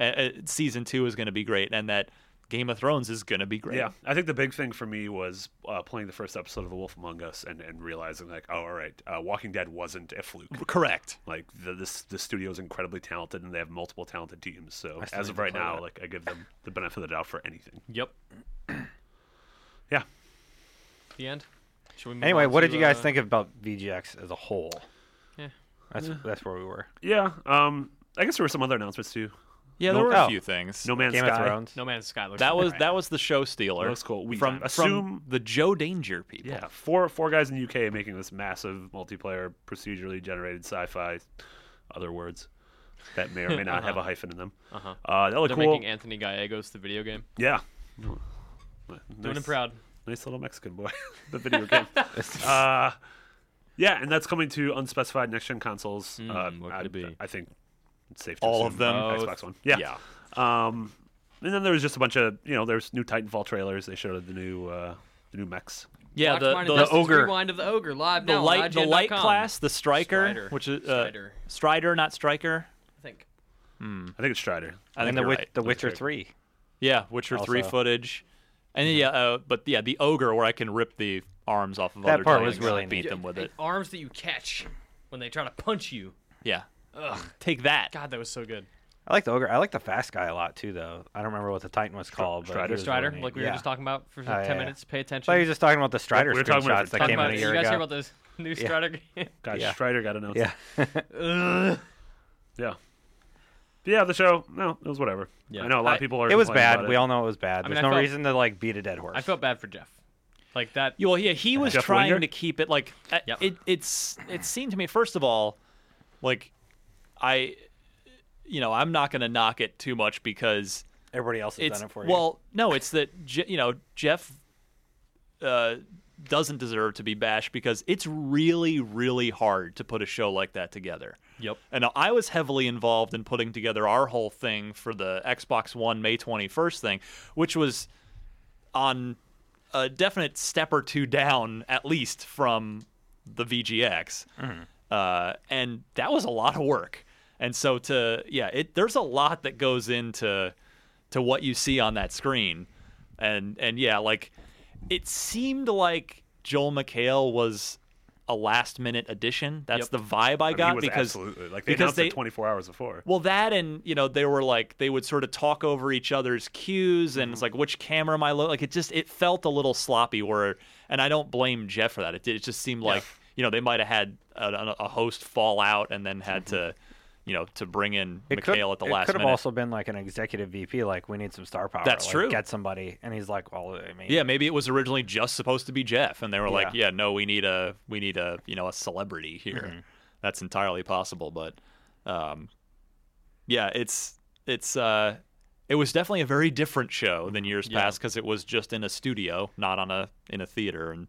Speaker 3: uh, uh, season two is going to be great and that Game of Thrones is going to be great.
Speaker 4: Yeah, I think the big thing for me was uh, playing the first episode of The Wolf Among Us and, and realizing like, oh, all right, uh, Walking Dead wasn't a fluke.
Speaker 3: Correct.
Speaker 4: Like the, this, the studio is incredibly talented and they have multiple talented teams. So
Speaker 6: still
Speaker 4: as
Speaker 6: need
Speaker 4: of
Speaker 6: to
Speaker 4: right
Speaker 6: play
Speaker 4: now,
Speaker 6: that.
Speaker 4: like I give them the benefit of the doubt for anything.
Speaker 5: Yep.
Speaker 4: Yeah,
Speaker 5: The end. Should we move
Speaker 6: Anyway,
Speaker 5: on
Speaker 6: what
Speaker 5: to,
Speaker 6: did you guys
Speaker 5: uh,
Speaker 6: think about VGX as a whole?
Speaker 5: Yeah.
Speaker 6: That's that's where we were.
Speaker 4: yeah. Um, I guess there were some other announcements too.
Speaker 3: Yeah, there
Speaker 4: Nope.
Speaker 3: were a
Speaker 6: Oh.
Speaker 3: few things.
Speaker 4: No Man's
Speaker 6: Game
Speaker 4: Sky.
Speaker 6: of Thrones.
Speaker 5: No Man's Sky looks
Speaker 3: That was
Speaker 5: alright.
Speaker 3: that was the show stealer.
Speaker 4: That was cool. We
Speaker 3: from from
Speaker 4: assume-
Speaker 3: the Joe Danger people.
Speaker 4: Yeah, four four guys in the UK making this massive multiplayer procedurally generated sci-fi, other words that may or may not have a hyphen in them. Uh-huh. Uh, that looked
Speaker 5: They're
Speaker 4: cool.
Speaker 5: making Anthony Gallegos the video game.
Speaker 4: Yeah.
Speaker 5: Doing
Speaker 4: nice,
Speaker 5: him proud.
Speaker 4: Nice little Mexican boy. the video game. uh, yeah, and that's coming to unspecified next gen consoles. uh,
Speaker 5: Hmm, what
Speaker 4: I,
Speaker 5: could it be?
Speaker 4: I think it's safe to
Speaker 3: All
Speaker 4: assume
Speaker 3: of them?
Speaker 4: Xbox One. Yeah. Um, and then there was just a bunch of you know there's new Titanfall trailers. They showed the new uh, the new mechs.
Speaker 3: Yeah,
Speaker 5: Watch
Speaker 3: the,
Speaker 5: mine
Speaker 3: the,
Speaker 5: and Dustin's
Speaker 6: ogre.
Speaker 5: Rewind of the ogre live
Speaker 3: the
Speaker 5: now on
Speaker 3: light the light
Speaker 5: IGN.com.
Speaker 3: class, the striker,
Speaker 5: Strider.
Speaker 3: which is uh,
Speaker 5: Strider.
Speaker 3: Strider, not striker.
Speaker 5: I think.
Speaker 4: I think it's Strider.
Speaker 3: I think
Speaker 6: and the,
Speaker 3: you're
Speaker 6: Wit-
Speaker 3: right.
Speaker 6: the Witcher Three.
Speaker 3: Yeah, Witcher three
Speaker 6: Also.
Speaker 3: footage, and then yeah, uh, but yeah, the ogre where I can rip the arms off of
Speaker 6: That
Speaker 3: other
Speaker 6: part was
Speaker 3: titans
Speaker 6: really
Speaker 3: and beat
Speaker 6: neat.
Speaker 3: them with
Speaker 5: And
Speaker 3: it.
Speaker 5: Arms that you catch when they try to punch you.
Speaker 3: Yeah, Take that.
Speaker 5: God, that was so good.
Speaker 6: I like the ogre. I like the fast guy a lot too, though. I don't remember what the Titan was called. but he
Speaker 4: Strider?
Speaker 6: was the one
Speaker 5: Strider,
Speaker 6: he-
Speaker 5: like we were
Speaker 6: yeah.
Speaker 5: just talking about for
Speaker 6: Oh, yeah,
Speaker 5: ten
Speaker 6: yeah.
Speaker 5: minutes. Pay attention.
Speaker 6: So you were just talking about the Strider
Speaker 4: We were talking about
Speaker 6: screenshots that
Speaker 4: it for
Speaker 5: Talking
Speaker 6: came out
Speaker 5: about,
Speaker 6: a
Speaker 5: you
Speaker 6: year
Speaker 5: guys hear
Speaker 6: ago.
Speaker 5: about this new
Speaker 6: Yeah.
Speaker 5: Strider game?
Speaker 4: God,
Speaker 6: Yeah.
Speaker 4: Strider got announced.
Speaker 6: Yeah,
Speaker 4: yeah. But yeah, the show. No, it was whatever.
Speaker 5: Yeah.
Speaker 4: I know a lot
Speaker 5: I-
Speaker 4: of people are.
Speaker 6: it was
Speaker 4: complaining
Speaker 6: bad.
Speaker 4: about It.
Speaker 6: We all know it was bad.
Speaker 5: I
Speaker 6: There's
Speaker 5: mean, I
Speaker 6: no
Speaker 5: felt-
Speaker 6: reason to like beat a dead horse.
Speaker 5: I felt bad for Jeff. Like that.
Speaker 3: Yeah, Well, yeah, he was
Speaker 4: Jeff
Speaker 3: trying
Speaker 4: Winger?
Speaker 3: to keep it like uh,
Speaker 5: Yep.
Speaker 3: it. It's it seemed to me first of all, like I, you know, I'm not gonna knock it too much because
Speaker 6: everybody else has
Speaker 3: it's
Speaker 6: done it for you.
Speaker 3: well, no, it's that Je- you know Jeff uh, doesn't deserve to be bashed because it's really really hard to put a show like that together.
Speaker 5: Yep.
Speaker 3: And I was heavily involved in putting together our whole thing for the Xbox One May 21st thing, which was on a definite step or two down, at least from the VGX.
Speaker 6: Mm-hmm.
Speaker 3: Uh, and that was a lot of work. And so to yeah, it there's a lot that goes into to what you see on that screen, and and yeah, like it seemed like Joel McHale was a last minute addition. That's
Speaker 5: Yep.
Speaker 3: the vibe I
Speaker 4: I mean,
Speaker 3: got
Speaker 4: he was
Speaker 3: because
Speaker 4: absolutely like they
Speaker 3: because
Speaker 4: announced
Speaker 3: they
Speaker 4: it 24 hours before.
Speaker 3: well, that and you know they were like they would sort of talk over each other's cues
Speaker 4: Mm-hmm.
Speaker 3: and it's like which camera am I lo-? like it just it felt a little sloppy where and I don't blame Jeff for that it did, it just seemed like you know they might have had a, a host fall out and then had
Speaker 4: Mm-hmm.
Speaker 3: to you know to bring in
Speaker 6: It could-
Speaker 3: Mikhail at the
Speaker 6: it
Speaker 3: last
Speaker 6: could have
Speaker 3: minute
Speaker 6: also been like an executive VP, like we need some star power.
Speaker 3: That's
Speaker 6: like,
Speaker 3: true.
Speaker 6: Get somebody, and he's like, well, I mean,
Speaker 3: yeah maybe it was originally just supposed to be Jeff and they were like
Speaker 6: Yeah. Mm-hmm.
Speaker 3: yeah no we need a we need a you know a celebrity here that's entirely possible but um yeah, it's it's uh it was definitely a very different show
Speaker 6: Mm-hmm.
Speaker 3: than years past because it was just in a studio, not on a in a theater, and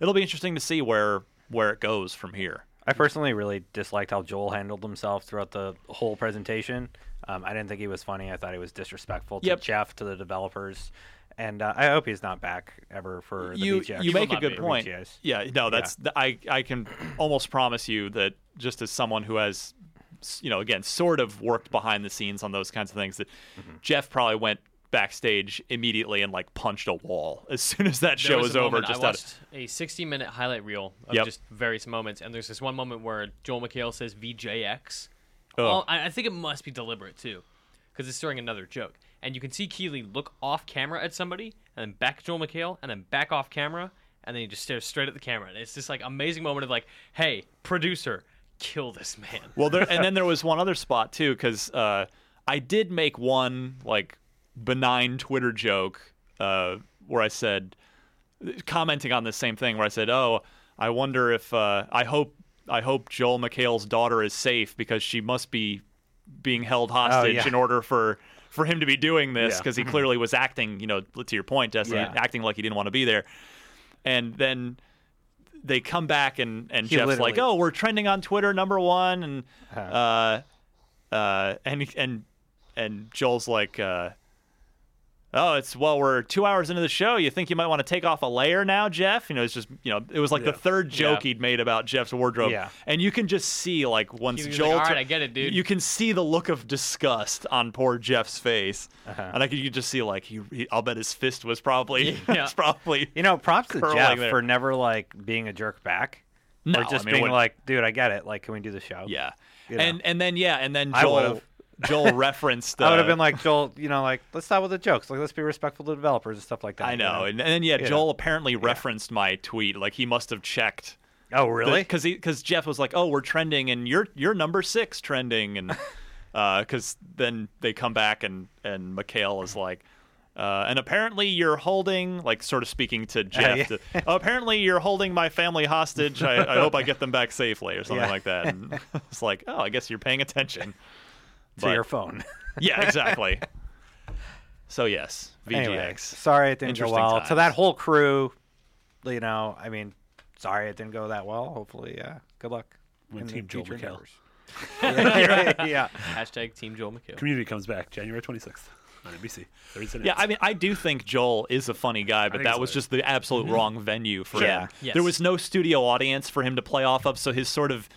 Speaker 3: it'll be interesting to see where where it goes from here.
Speaker 6: I personally really disliked how Joel handled himself throughout the whole presentation. Um, I didn't think he was funny. I thought he was disrespectful to
Speaker 3: Yep.
Speaker 6: Jeff, to the developers, and uh, I hope he's not back ever for the
Speaker 3: you
Speaker 6: VGX.
Speaker 3: you
Speaker 5: will
Speaker 3: make a
Speaker 5: not
Speaker 3: good
Speaker 5: be.
Speaker 3: point.
Speaker 6: VGX.
Speaker 3: Yeah, no, that's th- I I can almost promise you that just as someone who has s- you know again sort of worked behind the scenes on those kinds of things that Jeff probably went backstage immediately and like punched a wall as soon as that
Speaker 5: There
Speaker 3: show
Speaker 5: was
Speaker 3: was
Speaker 5: a
Speaker 3: over
Speaker 5: moment-
Speaker 3: just
Speaker 5: I
Speaker 3: out of-
Speaker 5: watched a 60 minute highlight reel of
Speaker 3: Yep.
Speaker 5: just various moments, and there's this one moment where Joel McHale says VJX.
Speaker 3: Ugh.
Speaker 5: All- I, I think it must be deliberate too, because it's during another joke, and you can see Keeley look off camera at somebody, and then back to Joel McHale, and then back off camera, and then he just stares straight at the camera, and it's this like amazing moment of like, hey, producer, kill this man.
Speaker 3: Well, there and then there was one other spot too because uh, I did make one like benign Twitter joke uh, where I said commenting on this same thing where I said, "Oh, I wonder if uh, I hope I hope Joel McHale's daughter is safe because she must be being held hostage
Speaker 6: Oh, yeah. Mm-hmm.
Speaker 3: in order for." For him to be doing this
Speaker 4: Yeah.
Speaker 3: because he clearly was acting, you know, to your point, Jesse,
Speaker 6: Yeah.
Speaker 3: acting like he didn't want to be there, and then they come back and and
Speaker 6: He
Speaker 3: Jeff's like,
Speaker 6: literally- Uh-huh.
Speaker 3: "Oh, we're trending on Twitter, number one," and uh, uh, and and and Joel's like, uh, "Oh, it's well, we're two hours into the show. You think you might want to take off a layer now, Jeff?" You know, it's just you know, it was like
Speaker 4: Yeah.
Speaker 3: the third joke
Speaker 5: Yeah.
Speaker 3: he'd made about Jeff's wardrobe,
Speaker 6: Yeah.
Speaker 3: and you can just see like once
Speaker 5: He was like,
Speaker 3: Joel,
Speaker 5: "All right,
Speaker 3: tur-
Speaker 5: I get it, dude."
Speaker 3: You can see the look of disgust on poor Jeff's face, and I could you could just see like he, he, I'll bet his fist was probably,
Speaker 5: Yeah.
Speaker 3: it's probably
Speaker 6: You know, props to
Speaker 3: Curling
Speaker 6: Jeff
Speaker 3: there.
Speaker 6: for never like being a jerk back,
Speaker 3: No,
Speaker 6: or
Speaker 3: I
Speaker 6: just
Speaker 3: mean,
Speaker 6: being
Speaker 3: what-
Speaker 6: like, dude, I get it. Like, can we do the show?
Speaker 3: Yeah.
Speaker 6: You know.
Speaker 3: And and then yeah, and then
Speaker 6: I
Speaker 3: Joel
Speaker 6: would've.
Speaker 3: Joel referenced uh,
Speaker 6: I would have been like Joel, you know, like let's stop with the jokes. Like, let's be respectful to developers and stuff like that.
Speaker 3: I
Speaker 6: you
Speaker 3: know. And, and then yeah,
Speaker 6: Yeah.
Speaker 3: Joel apparently referenced my tweet. Like he must have checked
Speaker 6: oh, really?
Speaker 3: because because Jeff was like, "Oh, we're trending, and you're you're number six trending," and because then they come back and and Mikhail is like. Uh, and apparently you're holding, like, sort of speaking to Jeff.
Speaker 6: yeah.
Speaker 3: to- "Oh, apparently you're holding my family hostage. I, I hope I get them back safely, or something
Speaker 6: Yeah.
Speaker 3: like that. And it's like, oh, I guess you're paying attention.
Speaker 6: to your phone.
Speaker 3: Yeah, exactly. so yes, VGX.
Speaker 6: Anyway, sorry it didn't go
Speaker 3: Interesting
Speaker 6: well. To
Speaker 3: times.
Speaker 6: that whole crew, you know, I mean, sorry it didn't go that well. Hopefully, yeah. Good luck.
Speaker 4: When
Speaker 6: in the
Speaker 4: Team Joel
Speaker 6: future
Speaker 4: McHale.
Speaker 6: endeavors. yeah, yeah.
Speaker 5: Hashtag Team Joel McHale.
Speaker 4: Community comes back January 26th on NBC. There is an
Speaker 3: Yeah,
Speaker 4: ad.
Speaker 3: I mean, I do think Joel is a funny guy, but
Speaker 4: think
Speaker 3: that
Speaker 4: so.
Speaker 3: was just the absolute
Speaker 6: Mm-hmm.
Speaker 3: wrong venue for
Speaker 6: Yeah.
Speaker 3: him.
Speaker 5: Yes.
Speaker 3: There was no studio audience for him to play off of, so his sort of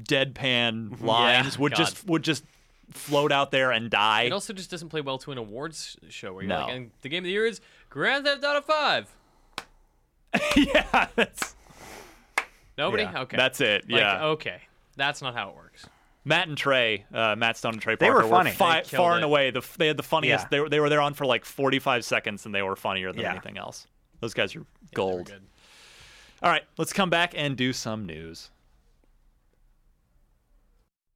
Speaker 3: deadpan lines would
Speaker 5: God.
Speaker 3: just would just float out there and die.
Speaker 5: It also just doesn't play well to an awards show where you're
Speaker 3: No.
Speaker 5: like, and the game of the year is Grand Theft Auto Five.
Speaker 3: yeah, that's
Speaker 5: Nobody.
Speaker 6: Yeah.
Speaker 5: Okay.
Speaker 3: that's it.
Speaker 5: Like, oh.
Speaker 3: yeah,
Speaker 5: Okay. That's not how it works.
Speaker 3: Matt and Trey, uh, Matt Stone and Trey
Speaker 6: They
Speaker 3: Parker
Speaker 6: were funny.
Speaker 3: fi-
Speaker 5: They killed
Speaker 3: far
Speaker 5: it.
Speaker 3: and away. The, f- they had the funniest.
Speaker 6: Yeah.
Speaker 3: They, were, they were there on for like 45 seconds, and they were funnier than
Speaker 6: Yeah.
Speaker 3: anything else. Those guys are gold.
Speaker 5: Good.
Speaker 3: All right, let's come back and do some news.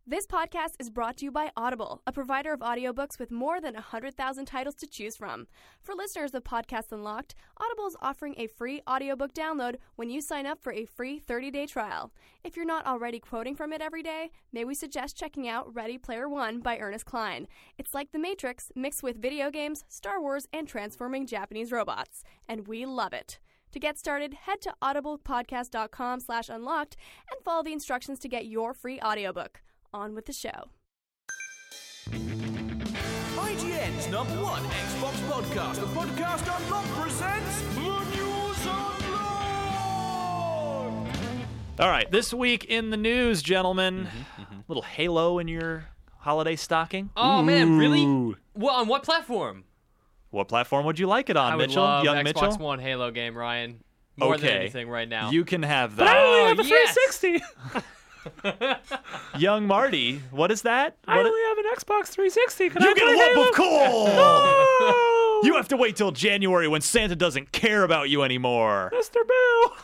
Speaker 7: This podcast is brought to you by Audible, a provider of audiobooks with more than 100,000 titles to choose from. For listeners of Podcasts Unlocked, Audible is offering a free audiobook download when you sign up for a free 30-day trial. If you're not already quoting from it every day, may we suggest checking out Ready Player One by Ernest Klein. It's like The Matrix mixed with video games, Star Wars, and transforming Japanese robots, and we love it. To get started, head to audiblepodcast.com slash unlocked and follow the instructions to get your free audiobook. On with the show.
Speaker 8: IGN's number one Xbox podcast, the podcast unlocked presents the news unlocked.
Speaker 3: All right, this week in the news, gentlemen,
Speaker 5: Mm-hmm,
Speaker 3: little Halo in your holiday stocking.
Speaker 5: Oh man, really?
Speaker 4: Ooh.
Speaker 5: Well, on what platform?
Speaker 3: What platform would you like it on,
Speaker 5: I would
Speaker 3: Mitchell?
Speaker 5: love
Speaker 3: Young
Speaker 5: Xbox
Speaker 3: Mitchell.
Speaker 5: One Halo game, Ryan. More
Speaker 3: okay.
Speaker 5: than anything right now. Oh,
Speaker 3: You can have
Speaker 5: I
Speaker 3: that.
Speaker 5: only have a 360.
Speaker 3: Young Marty, what is that?
Speaker 4: I
Speaker 3: What-
Speaker 4: only have an Xbox 360. Can I
Speaker 3: you get
Speaker 4: play
Speaker 3: a lump
Speaker 4: Halo?
Speaker 3: of coal.
Speaker 4: Oh,
Speaker 3: You have to wait till January when Santa doesn't care about you anymore.
Speaker 4: Mr. Bill.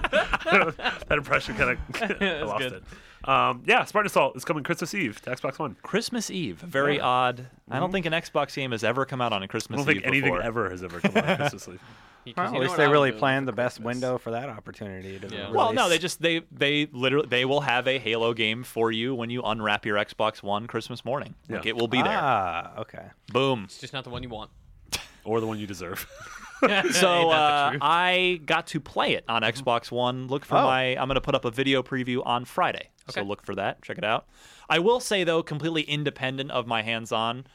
Speaker 4: that impression kind of I lost
Speaker 5: good.
Speaker 4: it. Um, yeah, Spartan Assault is coming Christmas Eve to Xbox One.
Speaker 3: Christmas Eve, very odd. I
Speaker 5: Mm-hmm.
Speaker 3: don't think an Xbox game has ever come out on a Christmas
Speaker 4: I don't think
Speaker 3: Eve
Speaker 4: anything
Speaker 3: before.
Speaker 4: ever has ever come out on Christmas Eve.
Speaker 6: Well,
Speaker 5: Because
Speaker 6: at
Speaker 5: you know
Speaker 6: least
Speaker 5: what
Speaker 6: they
Speaker 5: I'll
Speaker 6: really
Speaker 5: do
Speaker 6: planned the
Speaker 5: for
Speaker 6: best
Speaker 5: Christmas?
Speaker 6: window for that opportunity. To
Speaker 5: Yeah.
Speaker 3: Well, no,
Speaker 6: release.
Speaker 3: they just they they literally they will have a Halo game for you when you unwrap your Xbox One Christmas morning. Like,
Speaker 4: Yeah.
Speaker 3: it will be there.
Speaker 6: Ah, okay.
Speaker 3: Boom.
Speaker 5: It's just not the one you want.
Speaker 4: Or the one you deserve.
Speaker 3: So
Speaker 5: that the
Speaker 3: uh,
Speaker 5: truth?
Speaker 3: I got to play it on Xbox One. Look for
Speaker 6: Oh.
Speaker 3: my. I'm going to put up a video preview on Friday. So
Speaker 5: Okay.
Speaker 3: look for that. Check it out. I will say though, completely independent of my hands-on,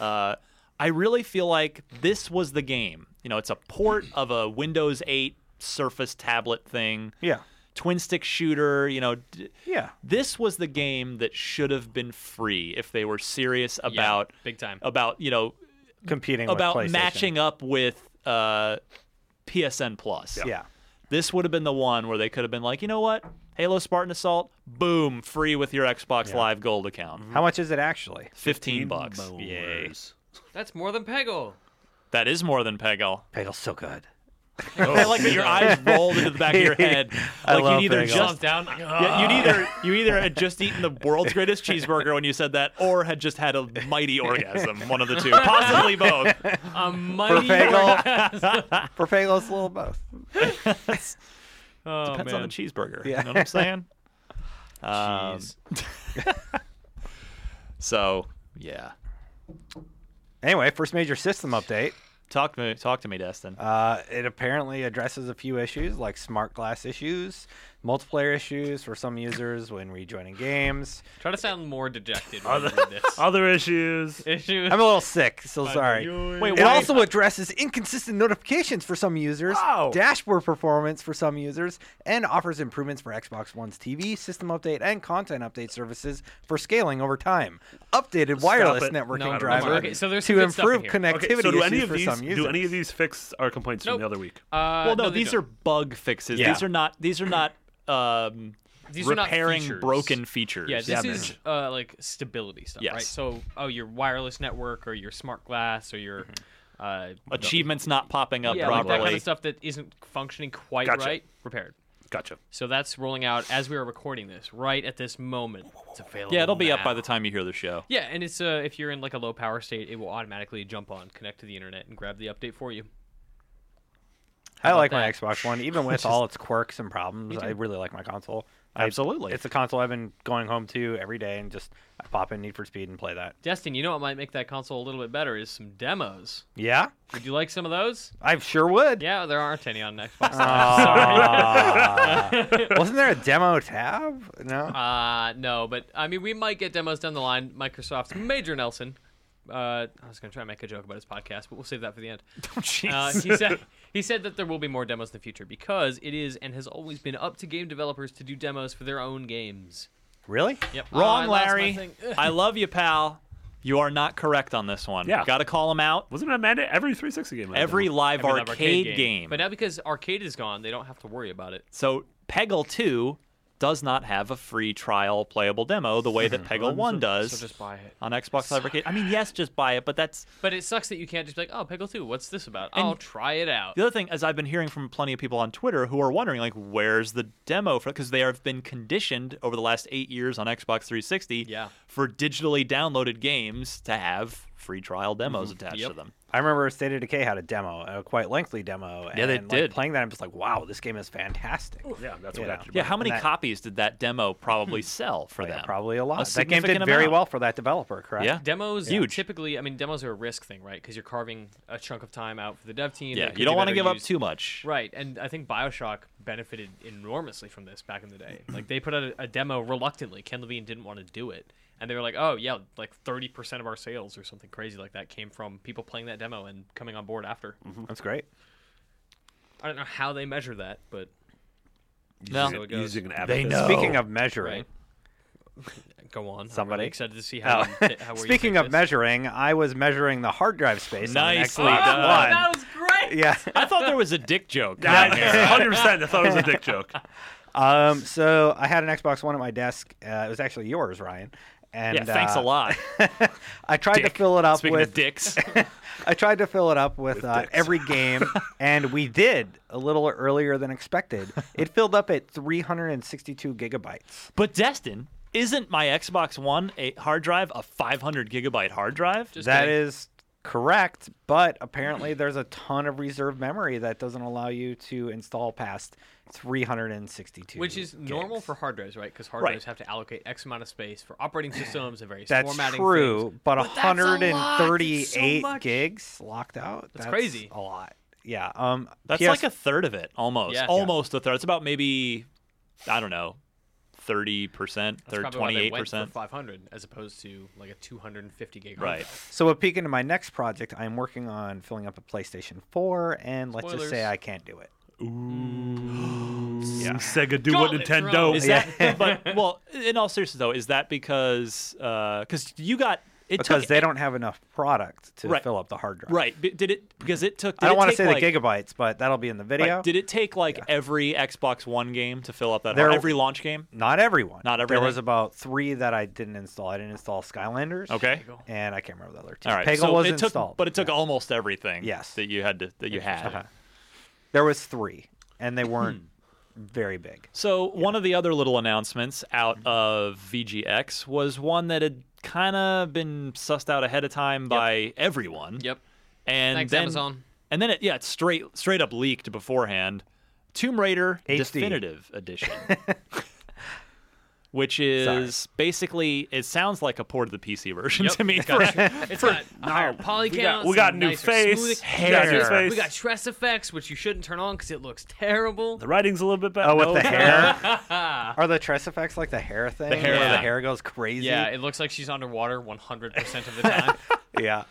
Speaker 3: uh, I really feel like this was the game. You know, it's a port of a Windows 8 Surface tablet thing.
Speaker 6: Yeah.
Speaker 3: Twin stick shooter. You know. D-
Speaker 6: Yeah.
Speaker 3: This was the game that should have been free if they were serious about
Speaker 5: big time.
Speaker 3: about you know
Speaker 6: Competing
Speaker 3: about
Speaker 6: with PlayStation.
Speaker 3: matching up with uh, PSN Plus.
Speaker 6: Yeah.
Speaker 3: This would have been the one where they could have been like, you know what? Halo Spartan Assault, boom, free with your Xbox Live Gold account.
Speaker 6: How much is it actually?
Speaker 3: 15 bucks.
Speaker 6: Yay.
Speaker 5: That's more than Peggle.
Speaker 3: That is more than Peggle.
Speaker 6: Peggle's so good.
Speaker 3: I like that your eyes rolled into the back of your head.
Speaker 6: Oh, I
Speaker 3: Like
Speaker 6: love
Speaker 3: you'd either
Speaker 6: Peggle.
Speaker 3: just
Speaker 5: down.
Speaker 3: yeah, you'd either you either had just eaten the world's greatest cheeseburger when you said that, or had just had a mighty orgasm. One of the two, possibly both.
Speaker 5: a mighty.
Speaker 6: For Peggle, it's a little both.
Speaker 5: Oh,
Speaker 3: Depends on
Speaker 5: man.
Speaker 3: the cheeseburger.
Speaker 6: Yeah.
Speaker 3: You know what I'm saying? Um,
Speaker 5: Jeez.
Speaker 3: so yeah,
Speaker 6: Anyway, first major system update.
Speaker 3: talk to me, talk to me, Destin.
Speaker 6: Uh, it apparently addresses a few issues like smart glass issues, multiplayer issues for some users when rejoining games.
Speaker 5: Try to sound more dejected when you read Uh, this.
Speaker 4: Other issues.
Speaker 5: Issue.
Speaker 6: I'm a little sick, so sorry.
Speaker 5: Wait,
Speaker 6: It also addresses inconsistent notifications for some users,
Speaker 4: Wow.
Speaker 6: dashboard performance for some users, and offers improvements for Xbox One's TV, system update, and content update services for scaling over time. Updated wireless
Speaker 4: it.
Speaker 6: networking
Speaker 5: No, no,
Speaker 6: driver
Speaker 4: no, okay,
Speaker 5: so there's some
Speaker 6: to
Speaker 5: good stuff in
Speaker 6: improve
Speaker 5: here.
Speaker 6: connectivity
Speaker 4: Okay, so do any
Speaker 6: issues
Speaker 4: of
Speaker 6: for
Speaker 4: these
Speaker 6: some users.
Speaker 4: do any of these fix our complaints
Speaker 5: Nope.
Speaker 4: from the other week?
Speaker 5: Uh,
Speaker 3: well, no,
Speaker 5: they
Speaker 3: these are
Speaker 5: don't.
Speaker 3: bug fixes.
Speaker 6: Yeah.
Speaker 3: These are not. These are not. Um,
Speaker 5: These are not
Speaker 3: repairing
Speaker 5: features.
Speaker 3: broken features.
Speaker 5: Yeah, this is uh, like stability stuff, right?
Speaker 3: Yes.
Speaker 5: So, oh, your wireless network or your smart glass or your uh,
Speaker 3: achievements not popping up
Speaker 5: yeah, like
Speaker 3: properly.
Speaker 5: that kind of stuff that isn't functioning quite
Speaker 4: Gotcha.
Speaker 5: right, repaired.
Speaker 4: Gotcha.
Speaker 5: So that's rolling out as we are recording this, right at this moment. It's available.
Speaker 3: yeah, it'll be up by
Speaker 5: now.
Speaker 3: the time you hear the show.
Speaker 5: Yeah, and it's uh, if you're in like a low power state, it will automatically jump on, connect to the internet, and grab the update for you.
Speaker 6: I like
Speaker 5: about
Speaker 6: my
Speaker 5: that?
Speaker 6: Xbox One, even with all its quirks and problems. I really like my console. I-
Speaker 3: Absolutely.
Speaker 6: it's a console I've been going home to every day and just I pop in Need for Speed and play that.
Speaker 5: Destin, you know what might make that console a little bit better is some demos.
Speaker 6: Yeah,
Speaker 5: Would you like some of those?
Speaker 6: I sure would.
Speaker 5: Yeah, there aren't any on Xbox.
Speaker 6: Ah. Wasn't there a demo tab? No.
Speaker 5: Uh, no, but I mean, we might get demos down the line. Microsoft's Major Nelson. Uh, I was gonna try and make a joke about his podcast, but we'll save that for the end. Uh, he said he said that there will be more demos in the future because it is and has always been up to game developers to do demos for their own games.
Speaker 6: Really?
Speaker 5: Yep.
Speaker 3: Wrong,
Speaker 5: Oh, I lost my
Speaker 3: Larry.
Speaker 5: thing.
Speaker 3: I love you, pal. You are not correct on this one.
Speaker 4: Yeah.
Speaker 3: Got to call him out.
Speaker 4: Wasn't it a mandate? Every 360 game. had a
Speaker 3: Every
Speaker 4: demo.
Speaker 3: live
Speaker 5: Every live
Speaker 3: arcade game.
Speaker 5: but now because arcade is gone, they don't have to worry about it.
Speaker 3: So Peggle 2 does not have a free trial playable demo the way that Peggle
Speaker 5: So-
Speaker 3: 1 does
Speaker 5: so just buy it.
Speaker 3: on Xbox Live Arcade. I mean, yes, just buy it, but that's
Speaker 5: But it sucks that you can't just be like, oh, Pickle 2, what's this about?
Speaker 3: And-
Speaker 5: I'll try it out.
Speaker 3: The other thing, as I've been hearing from plenty of people on Twitter who are wondering, like, where's the demo for? Because they have been conditioned over the last eight years on Xbox 360
Speaker 5: Yeah.
Speaker 3: for digitally downloaded games to have free trial demos
Speaker 6: Mm-hmm.
Speaker 3: attached to
Speaker 5: Yep.
Speaker 3: them.
Speaker 6: I remember State of Decay had a demo, a quite lengthy demo.
Speaker 3: Yeah, they
Speaker 6: and, like,
Speaker 3: did.
Speaker 6: Playing that, I'm just like, wow, this game is fantastic.
Speaker 4: Yeah, that's
Speaker 6: You
Speaker 4: what
Speaker 6: know.
Speaker 4: got you.
Speaker 3: Yeah, how many
Speaker 6: And that- Hmm. Oh,
Speaker 3: copies did that demo probably sell for
Speaker 6: Yeah,
Speaker 3: them?
Speaker 6: probably a lot. that game did
Speaker 3: significant
Speaker 6: very
Speaker 3: amount.
Speaker 6: well for that developer, correct?
Speaker 3: Yeah.
Speaker 5: Demos
Speaker 3: Huge.
Speaker 5: typically, I mean, demos are a risk thing, right? Because you're carving a chunk of time out for the dev team.
Speaker 3: Yeah,
Speaker 5: that could
Speaker 3: you don't
Speaker 5: be
Speaker 3: want to
Speaker 5: better
Speaker 3: give up
Speaker 5: used-
Speaker 3: too much.
Speaker 5: Right, and I think Bioshock benefited enormously from this back in the day. Like they put out a, a demo reluctantly. Ken Levine didn't want to do it, and they were like, "Oh yeah, like thirty percent of our sales or something crazy like that came from people playing that demo and coming on board after."
Speaker 6: That's great.
Speaker 5: I don't know how they measure that, but
Speaker 3: No.
Speaker 5: So it goes.
Speaker 4: Using an app.
Speaker 3: They know.
Speaker 6: Speaking of measuring,
Speaker 5: right. Go on. I'm
Speaker 6: Somebody?
Speaker 5: really excited to see how.
Speaker 6: Oh.
Speaker 5: you ta- how where you
Speaker 6: Speaking
Speaker 5: take
Speaker 6: of
Speaker 5: this.
Speaker 6: measuring, I was measuring the hard drive space.
Speaker 3: Nicely
Speaker 6: on an Xbox
Speaker 3: done.
Speaker 6: One.
Speaker 5: that was great.
Speaker 6: Yeah.
Speaker 3: I thought there was a dick joke. down here.
Speaker 4: Hundred percent. I thought it was a dick joke.
Speaker 6: Um, so I had an Xbox One at my desk. Uh, it was actually yours, Ryan. And
Speaker 3: yeah, thanks a
Speaker 6: uh,
Speaker 3: lot.
Speaker 6: I tried to fill it up
Speaker 3: Speaking
Speaker 6: with
Speaker 3: of dicks,
Speaker 6: I tried to fill it up with, uh,
Speaker 4: dicks.
Speaker 6: every game, and we did a little earlier than expected. It filled up at 362 gigabytes.
Speaker 3: but Destin. Isn't my Xbox One a hard drive a 500 gigabyte hard drive?
Speaker 5: Just
Speaker 6: That
Speaker 5: kidding.
Speaker 6: is correct, but apparently there's a ton of reserve memory that doesn't allow you to install past 362.
Speaker 5: Which is normal
Speaker 6: gigs.
Speaker 5: for hard drives, right? Because hard
Speaker 3: Right.
Speaker 5: drives have to allocate X amount of space for operating systems and various
Speaker 6: That's
Speaker 5: formatting
Speaker 6: true,
Speaker 5: things.
Speaker 6: but,
Speaker 5: But that's a lot. That's so
Speaker 6: 138
Speaker 5: much.
Speaker 6: gigs locked out.
Speaker 5: That's crazy.
Speaker 6: A lot. Yeah. Um.
Speaker 3: That's
Speaker 6: PS
Speaker 3: like a third of it, almost.
Speaker 5: Yeah. Yeah.
Speaker 3: Almost a third. It's about maybe, I don't know, 30%,
Speaker 5: That's probably why they
Speaker 3: twenty-eight
Speaker 5: went for
Speaker 3: percent.
Speaker 5: 500 as opposed to like a 250 gig. hard
Speaker 3: Right.
Speaker 5: drive.
Speaker 6: So a peek into my next project, I'm working on filling up a PlayStation 4, and let's just say
Speaker 5: Spoilers.
Speaker 6: I can't do it.
Speaker 4: Yeah. Sega do what
Speaker 5: Gauntlet thrown.
Speaker 4: Nintendo.
Speaker 3: Is that? but well, in all seriousness though, is that because because you got it
Speaker 6: Because
Speaker 3: took,
Speaker 6: they don't have enough product to
Speaker 3: Right.
Speaker 6: fill up the hard drive.
Speaker 3: right? b- Did it because it took? Did
Speaker 6: I don't
Speaker 3: it
Speaker 6: want to
Speaker 3: take,
Speaker 6: say
Speaker 3: like,
Speaker 6: the gigabytes, but that'll be in the
Speaker 3: right,
Speaker 6: video.
Speaker 3: did it take like every Xbox One game to fill up that?
Speaker 6: There-
Speaker 3: hard- every launch game.
Speaker 6: Not everyone.
Speaker 3: Not
Speaker 6: There was
Speaker 3: everything?
Speaker 6: about three that I didn't install. I didn't install Skylanders.
Speaker 3: Okay.
Speaker 6: And I can't remember the other two.
Speaker 3: All right.
Speaker 6: Peggle
Speaker 3: so
Speaker 6: was
Speaker 3: it took,
Speaker 6: installed.
Speaker 3: but it took almost everything.
Speaker 6: Yes. Uh-huh.
Speaker 3: That you had to, that you had.
Speaker 6: There was three, and they weren't very big.
Speaker 3: So one of the other little announcements out
Speaker 6: Mm-hmm.
Speaker 3: of VGX was one that had kind of been sussed out ahead of time by everyone.
Speaker 5: Yep.
Speaker 3: And
Speaker 5: Thanks,
Speaker 3: then,
Speaker 5: Amazon.
Speaker 3: And then it yeah, it's straight straight up leaked beforehand. Tomb Raider
Speaker 6: HD.
Speaker 3: Definitive Edition. Which is basically it sounds like a port of the PC version
Speaker 5: Yep.
Speaker 3: to me.
Speaker 5: It's got, it's got higher poly counts.
Speaker 4: we got
Speaker 5: oh, and
Speaker 4: new
Speaker 5: nicer
Speaker 4: face,
Speaker 5: smoothing.
Speaker 4: we got new
Speaker 5: We got,
Speaker 4: face.
Speaker 5: we got stress effects, which you shouldn't turn on because it looks terrible.
Speaker 4: The writing's a little bit better.
Speaker 6: Oh, with
Speaker 4: No,
Speaker 6: the
Speaker 4: it's not.
Speaker 6: hair. Are the tress effects like the hair thing? The the
Speaker 3: hair- Yeah.
Speaker 6: hair goes crazy.
Speaker 5: Yeah, it looks like she's underwater 100% of the time.
Speaker 6: yeah.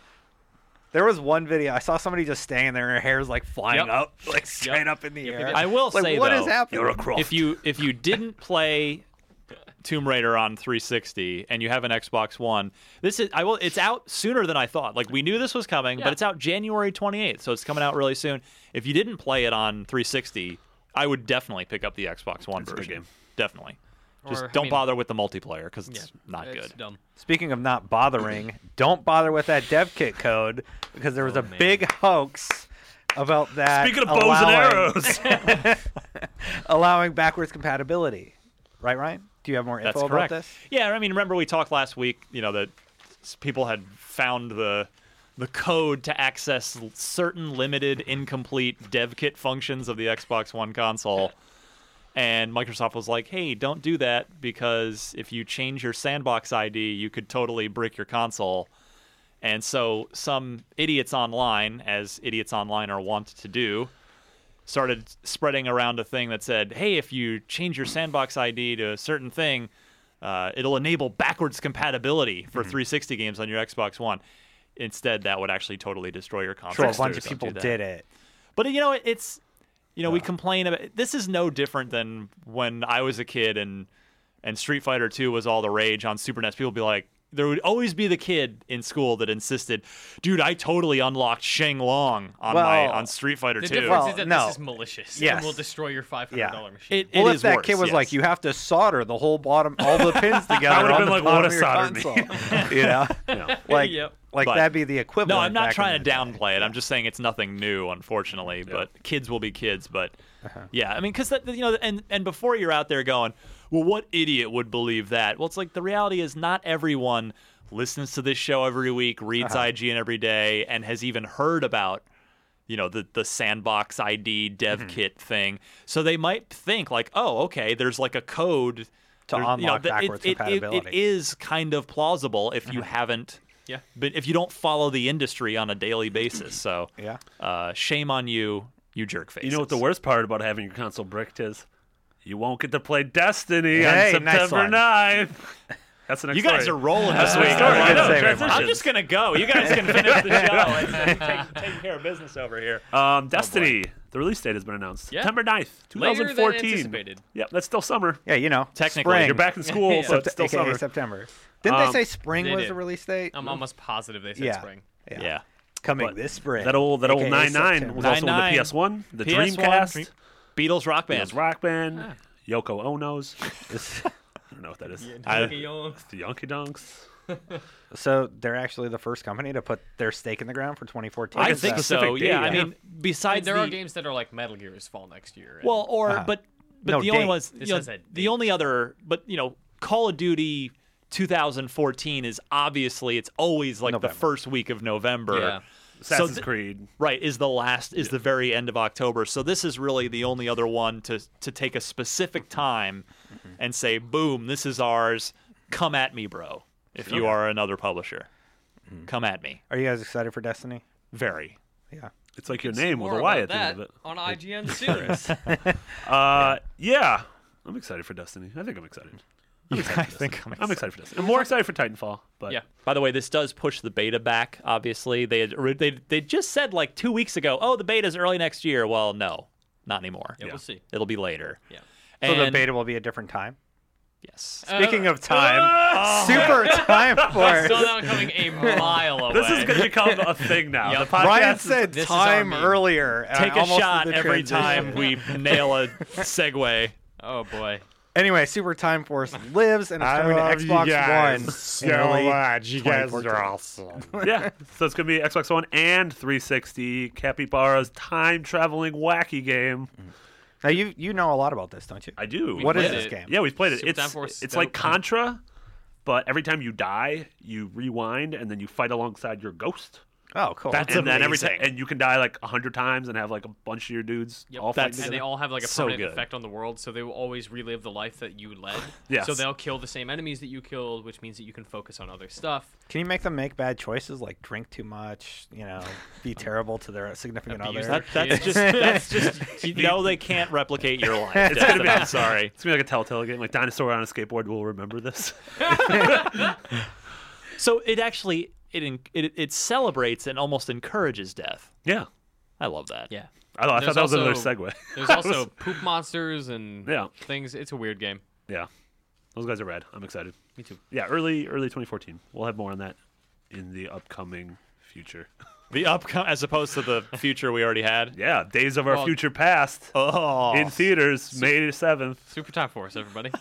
Speaker 6: There was one video I saw somebody just standing there, and her hair's like flying
Speaker 5: Yep.
Speaker 6: up, like straight up in the air.
Speaker 3: I will
Speaker 6: like,
Speaker 3: say
Speaker 6: what
Speaker 3: though,
Speaker 6: is happening?
Speaker 4: You're a crook.
Speaker 3: if you if you didn't play Tomb Raider on 360 and you have an Xbox One, this is I will it's out sooner than I thought. Like we knew this was coming,
Speaker 5: Yeah.
Speaker 3: but it's out January 28th, so it's coming out really soon. If you didn't play it on 360, I would definitely pick up the Xbox One
Speaker 4: It's a good
Speaker 3: version.
Speaker 4: game.
Speaker 3: Definitely. Just
Speaker 5: Or, I
Speaker 3: don't
Speaker 5: mean-
Speaker 3: bother with the multiplayer because it's not
Speaker 5: it's
Speaker 3: good.
Speaker 5: dumb.
Speaker 6: Speaking of not bothering, don't bother with that dev kit code because there was a big hoax about that.
Speaker 4: Speaking of bows and
Speaker 6: allowing-
Speaker 4: arrows,
Speaker 6: allowing backwards compatibility, right, Ryan? Do you have more
Speaker 3: That's
Speaker 6: info
Speaker 3: correct.
Speaker 6: about this?
Speaker 3: Yeah, I mean, remember we talked last week. You know that s- people had found the the code to access l- certain limited, incomplete dev kit functions of the Xbox One console, and Microsoft was like, "Hey, don't do that because if you change your sandbox ID, you could totally brick your console." And so some idiots online, as idiots online are wont to do, started spreading around a thing that said, "Hey, if you change your sandbox ID to a certain thing, uh, it'll enable backwards compatibility
Speaker 6: Mm-hmm.
Speaker 3: for 360 games on your Xbox One." Instead, that would actually totally destroy your
Speaker 6: Sure,
Speaker 3: console.
Speaker 6: a bunch of
Speaker 3: Don't
Speaker 6: people
Speaker 3: do that.
Speaker 6: did it.
Speaker 3: But you know, it- it's you know, we complain about this is no different than when I was a kid and and Street Fighter 2 was all the rage on Super NES. People would be like, there would always be the kid in school that insisted, "Dude, I totally unlocked Shang Long on my
Speaker 6: Well,
Speaker 3: on Street Fighter
Speaker 5: The
Speaker 3: 2."
Speaker 5: difference is that
Speaker 6: no.
Speaker 5: this is malicious
Speaker 6: Yes.
Speaker 5: and will destroy your five hundred
Speaker 6: Yeah.
Speaker 5: dollar machine.
Speaker 3: It-
Speaker 6: well, if
Speaker 3: is
Speaker 6: that
Speaker 3: worse,
Speaker 6: kid was
Speaker 3: yes.
Speaker 6: like, you have to solder the whole bottom, all the pins together.
Speaker 4: I would've
Speaker 6: on
Speaker 4: been
Speaker 6: the
Speaker 4: like,
Speaker 6: bottom
Speaker 4: "Wanna
Speaker 6: of your
Speaker 4: solder me?"
Speaker 6: console." you know,
Speaker 4: Yeah.
Speaker 6: like,
Speaker 5: Yep.
Speaker 6: like
Speaker 3: But-
Speaker 6: that'd be the equivalent.
Speaker 3: No, I'm not
Speaker 6: back in
Speaker 3: trying
Speaker 6: the
Speaker 3: to
Speaker 6: day.
Speaker 3: downplay it. I'm just saying it's nothing new, unfortunately. But kids will be kids. But
Speaker 6: Uh-huh.
Speaker 3: yeah, I mean, because that you know, and and before you're out there going, well, what idiot would believe that? Well, it's like the reality is not everyone listens to this show every week, reads
Speaker 6: Uh-huh.
Speaker 3: IGN every day, and has even heard about you know the the sandbox ID dev
Speaker 6: Mm-hmm.
Speaker 3: kit thing. So they might think like, oh, okay, there's like a code
Speaker 6: To
Speaker 3: there's-
Speaker 6: unlock
Speaker 3: that it-
Speaker 6: backwards
Speaker 3: it- it- it
Speaker 6: compatibility. Mm-hmm.
Speaker 3: is kind of plausible if you haven't
Speaker 5: Yeah.
Speaker 3: but if you don't follow the industry on a daily basis, so
Speaker 6: Yeah.
Speaker 3: uh, shame on you, you jerk face.
Speaker 4: You know what the worst part about having your console bricked is? You won't get to play Destiny
Speaker 6: Hey,
Speaker 4: on
Speaker 6: nice
Speaker 4: September
Speaker 6: one.
Speaker 4: 9th. That's the next
Speaker 3: You guys are
Speaker 4: story.
Speaker 3: rolling this week.
Speaker 4: Sorry, I
Speaker 6: good
Speaker 4: know,
Speaker 6: segue, Mark.
Speaker 3: I'm
Speaker 4: transitions.
Speaker 3: just gonna go. You guys can finish the show. and take, take care of business over here. Oh,
Speaker 4: Um, Destiny, the release date has been announced.
Speaker 5: Yeah.
Speaker 4: September 9th,
Speaker 5: Later than
Speaker 4: 2014.
Speaker 5: anticipated.
Speaker 4: Yep, that's still summer.
Speaker 6: Yeah, you know,
Speaker 3: Technically,
Speaker 6: spring.
Speaker 4: You're back in school,
Speaker 5: Yeah.
Speaker 4: so it's still
Speaker 6: AKA
Speaker 4: summer.
Speaker 6: September. Didn't
Speaker 4: Um,
Speaker 6: they say spring
Speaker 5: they
Speaker 6: was
Speaker 5: did.
Speaker 6: the release date?
Speaker 5: I'm almost positive they said
Speaker 6: yeah.
Speaker 5: spring.
Speaker 6: yeah,
Speaker 3: Yeah.
Speaker 6: coming
Speaker 4: But
Speaker 6: this spring.
Speaker 4: That old that old
Speaker 6: AKA
Speaker 4: nine nine
Speaker 6: September.
Speaker 4: was also
Speaker 3: 9-9.
Speaker 4: on the PS1, the
Speaker 3: PS1,
Speaker 4: Dreamcast,
Speaker 3: Beatles Rock Band.
Speaker 4: Beatles Rock Band, Yoko Ono's. I don't know what that is. The Yonky Donks.
Speaker 6: So they're actually the first company to put their stake in the ground for 2014.
Speaker 3: I
Speaker 6: Is
Speaker 3: think
Speaker 6: that-
Speaker 3: so.
Speaker 4: specific
Speaker 3: Yeah.
Speaker 4: date,
Speaker 3: I
Speaker 4: yeah.
Speaker 3: mean, besides
Speaker 5: there
Speaker 3: the,
Speaker 5: are games that are like Metal Gear is fall next year. and-
Speaker 3: Well, or
Speaker 4: Uh-huh.
Speaker 3: but but
Speaker 6: No
Speaker 3: the only
Speaker 6: date.
Speaker 3: ones you
Speaker 5: This
Speaker 3: know,
Speaker 5: has a
Speaker 3: the
Speaker 5: date.
Speaker 3: only other but you know Call of Duty 2014 is obviously it's always like
Speaker 6: November.
Speaker 3: the first week of November.
Speaker 5: Yeah.
Speaker 3: So
Speaker 4: Assassin's
Speaker 3: th-
Speaker 4: Creed.
Speaker 3: right is the last is the very end of October. So this is really the only other one to to take a specific time and say boom this is ours. Come at me, bro. If you are another publisher, come at me.
Speaker 6: Are you guys excited for Destiny?
Speaker 3: Very.
Speaker 6: Yeah.
Speaker 4: It's like your name with
Speaker 5: More
Speaker 4: a Y at
Speaker 5: about
Speaker 4: the end of
Speaker 5: that
Speaker 4: it.
Speaker 5: on IGN soon.
Speaker 4: Uh, yeah. I'm excited for Destiny. I think I'm excited.
Speaker 3: i think I'm
Speaker 4: I'm excited for Destiny. I'm more excited for Titanfall, but
Speaker 5: yeah.
Speaker 3: By the way, this does push the beta back. Obviously, they had, ori- they they just said like two weeks ago, oh, the beta's early next year. Well, no, not anymore.
Speaker 5: yeah, we'll see.
Speaker 3: It'll be later.
Speaker 5: Yeah.
Speaker 3: And,
Speaker 6: so the beta will be a different time.
Speaker 3: Yes.
Speaker 5: Uh,
Speaker 6: Speaking of time,
Speaker 4: Oh.
Speaker 6: Ah! super time
Speaker 5: I
Speaker 6: for.
Speaker 5: saw that one coming a mile away.
Speaker 4: This is going to become a thing now.
Speaker 5: Yep.
Speaker 4: The podcast
Speaker 6: Ryan
Speaker 4: is-
Speaker 6: said
Speaker 5: this is our
Speaker 6: time
Speaker 5: meme.
Speaker 6: earlier. and I
Speaker 3: Take a
Speaker 6: almost did
Speaker 3: shot
Speaker 6: the
Speaker 3: every
Speaker 6: transition.
Speaker 3: time we nail a segue.
Speaker 5: Oh boy.
Speaker 6: Anyway, Super Time Force lives and is coming to Xbox One. in early 2014.
Speaker 2: awesome.
Speaker 4: yeah. So it's going to be Xbox One and 360 Capybara's time traveling wacky game.
Speaker 6: Now you you know a lot about this, don't you?
Speaker 4: I do.
Speaker 6: What is
Speaker 5: played
Speaker 6: this
Speaker 5: it.
Speaker 6: game?
Speaker 4: Yeah, we've played it.
Speaker 5: Super Time
Speaker 4: It's
Speaker 5: Force,
Speaker 4: it's
Speaker 5: that-
Speaker 4: like Contra, but every time you die, you rewind and then you fight alongside your ghost.
Speaker 6: Oh, cool.
Speaker 3: That's
Speaker 4: and then every time,
Speaker 3: amazing.
Speaker 4: and you can die like a hundred times and have like a bunch of your dudes all fighting
Speaker 3: That's-
Speaker 5: and
Speaker 4: together.
Speaker 5: they all have like a
Speaker 3: so
Speaker 5: permanent
Speaker 3: good.
Speaker 5: effect on the world, so they will always relive the life that you led.
Speaker 4: Yes.
Speaker 5: So they'll kill the same enemies that you killed, which means that you can focus on other stuff.
Speaker 6: Can you make them make bad choices, like drink too much, you know, be terrible to their significant
Speaker 5: Abuse
Speaker 6: other?
Speaker 3: That, that's just that's just you know they can't replicate your life. Dustin,
Speaker 4: be-
Speaker 3: I'm sorry.
Speaker 4: It's gonna be like a telltale game, like dinosaur on a skateboard. will remember this.
Speaker 3: So it actually it en- it it celebrates and almost encourages death.
Speaker 4: yeah,
Speaker 3: I love that.
Speaker 5: Yeah.
Speaker 4: I, don't know, I thought
Speaker 5: There's
Speaker 4: that was another
Speaker 5: also-
Speaker 4: segue.
Speaker 5: There's also poop monsters and
Speaker 4: Yeah.
Speaker 5: things. It's a weird game.
Speaker 4: yeah, those guys are rad. I'm excited.
Speaker 5: Me too.
Speaker 4: Yeah, early early 2014. We'll have more on that in the upcoming future.
Speaker 3: The upcoming as opposed to the future we already had.
Speaker 4: Yeah, Days of Our
Speaker 5: Well-
Speaker 4: Future Past
Speaker 3: Oh.
Speaker 4: in theaters May 7th.
Speaker 5: Super Time Force, everybody.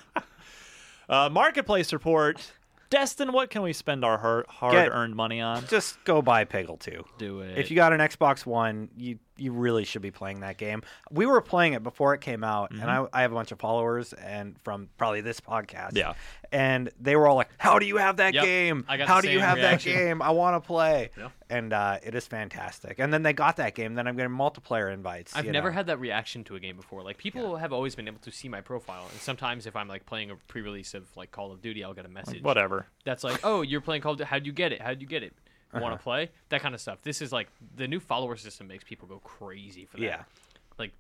Speaker 3: Uh, marketplace report. Destin, what can we spend our hard, hard-earned money on?
Speaker 6: Just go buy Peggle 2.
Speaker 5: Do it.
Speaker 6: If you got an Xbox One, you you really should be playing that game. We were playing it before it came out, and
Speaker 5: Mm-hmm.
Speaker 6: I, I have a bunch of followers and from probably this podcast.
Speaker 3: Yeah.
Speaker 6: And they were all like, How do you have that
Speaker 5: Yep,
Speaker 6: game?
Speaker 5: I got
Speaker 6: How
Speaker 5: the
Speaker 6: do you
Speaker 5: same
Speaker 6: have
Speaker 5: reaction."
Speaker 6: that game? I want to play. And uh, it is fantastic. And then they got that game. Then I'm getting multiplayer invites.
Speaker 5: I've
Speaker 6: you
Speaker 5: never
Speaker 6: know.
Speaker 5: had that reaction to a game before. Like people have always been able to see my profile, and sometimes if I'm like playing a pre-release of like Call of Duty, I'll get a message.
Speaker 3: Whatever.
Speaker 5: That's like, oh, you're playing Call of Duty. How'd you get it? How'd you get it? Want
Speaker 6: Uh-huh.
Speaker 5: to play? That kind of stuff. This is like the new follower system makes people go crazy for that.
Speaker 6: Yeah.
Speaker 5: Like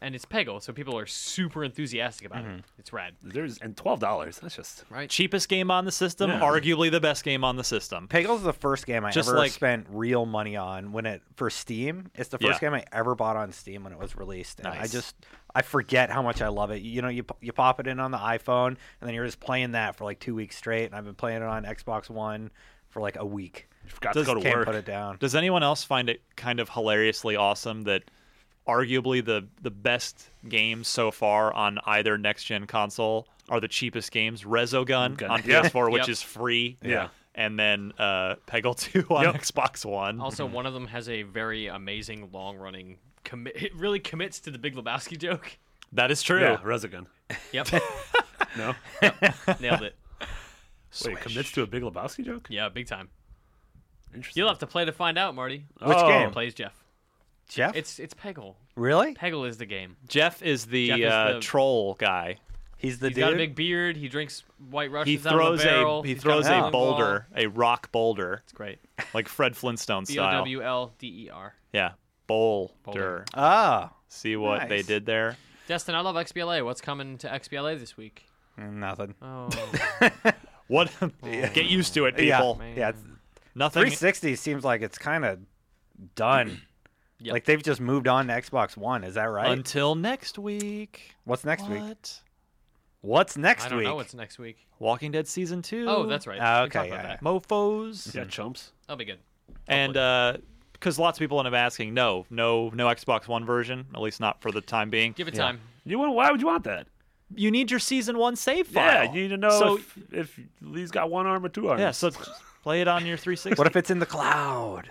Speaker 5: and it's Peggle, so people are super enthusiastic about
Speaker 3: Mm-hmm.
Speaker 5: it. It's rad.
Speaker 4: There's and twelve dollars. That's just
Speaker 5: right.
Speaker 3: Cheapest game on the system,
Speaker 5: Yeah.
Speaker 3: arguably the best game on the system.
Speaker 6: Peggle's the first game I
Speaker 3: Just
Speaker 6: ever
Speaker 3: like-
Speaker 6: spent real money on when it for Steam. It's the first
Speaker 3: Yeah.
Speaker 6: game I ever bought on Steam when it was released, and I
Speaker 3: Nice.
Speaker 6: just I forget how much I love it. You know, you p- you pop it in on the iPhone, and then you're just playing that for like two weeks straight. And I've been playing it on Xbox One for like a week.
Speaker 3: forgot
Speaker 6: Just can't Put it down.
Speaker 3: Does anyone else find it kind of hilariously awesome that arguably the the best games so far on either next gen console are the cheapest games? Rezogun
Speaker 4: Okay.
Speaker 3: on
Speaker 4: Yeah.
Speaker 3: PS4, which
Speaker 4: Yep.
Speaker 3: is free.
Speaker 4: Yeah.
Speaker 3: And then uh, Peggle 2 on
Speaker 5: Yep.
Speaker 3: Xbox One.
Speaker 5: Also, one of them has a very amazing long running commit. It really commits to the Big Lebowski joke.
Speaker 3: That is true.
Speaker 4: Yeah, Resogun.
Speaker 5: Yep.
Speaker 4: No.
Speaker 5: Yep. Nailed it.
Speaker 4: Wait, it commits to a Big Lebowski joke?
Speaker 5: Yeah, big time.
Speaker 4: Interesting.
Speaker 5: You'll have to play to find out, Marty.
Speaker 4: Which Oh. game?
Speaker 5: plays Jeff?
Speaker 6: Jeff?
Speaker 5: It's it's Peggle.
Speaker 6: Really?
Speaker 5: Peggle is the game.
Speaker 3: Jeff is the,
Speaker 5: Jeff is
Speaker 3: uh,
Speaker 5: the-
Speaker 3: troll guy.
Speaker 6: He's
Speaker 5: He's got a big beard. He drinks White
Speaker 3: he
Speaker 5: Russians out of
Speaker 3: throws
Speaker 5: a barrel.
Speaker 3: a he
Speaker 5: He's got
Speaker 3: throws a
Speaker 5: long ball.
Speaker 3: boulder, a rock boulder. It's
Speaker 5: great,
Speaker 3: like Fred Flintstone
Speaker 5: B
Speaker 3: style.
Speaker 5: o w l d e r.
Speaker 3: Yeah, boulder.
Speaker 5: Boulder.
Speaker 6: Ah.
Speaker 3: See what they
Speaker 5: Nice.
Speaker 3: did there.
Speaker 5: Destin, I love XBLA. What's coming to XBLA this week?
Speaker 6: Nothing.
Speaker 5: Oh,
Speaker 3: What? Get used to it,
Speaker 6: Yeah,
Speaker 3: people.
Speaker 6: yeah, it's-
Speaker 3: Nothing.
Speaker 6: 360 seems like it's kind of done.
Speaker 5: Yep.
Speaker 6: Like they've just moved on to Xbox One. Is that right?
Speaker 3: Until next week.
Speaker 6: What's next week?
Speaker 3: What?
Speaker 6: What's next
Speaker 5: I don't
Speaker 6: week?
Speaker 5: know what's next week.
Speaker 3: Walking Dead season two.
Speaker 5: Oh, that's right.
Speaker 6: Ah,
Speaker 5: We talked
Speaker 6: okay,
Speaker 5: about
Speaker 6: yeah,
Speaker 5: that.
Speaker 3: Mofos.
Speaker 4: Yeah, chumps.
Speaker 5: That'll be good.
Speaker 3: And uh, because lots of people end up asking, no, no, no Xbox One version, at least not for the time being.
Speaker 5: Give it time.
Speaker 4: You want? Why would you want that?
Speaker 3: You need your season one save file.
Speaker 4: Yeah, you need to know
Speaker 3: So
Speaker 4: if, if Lee's got one arm or two arms.
Speaker 3: yeah, so just play it on your 360.
Speaker 6: What if it's in the cloud?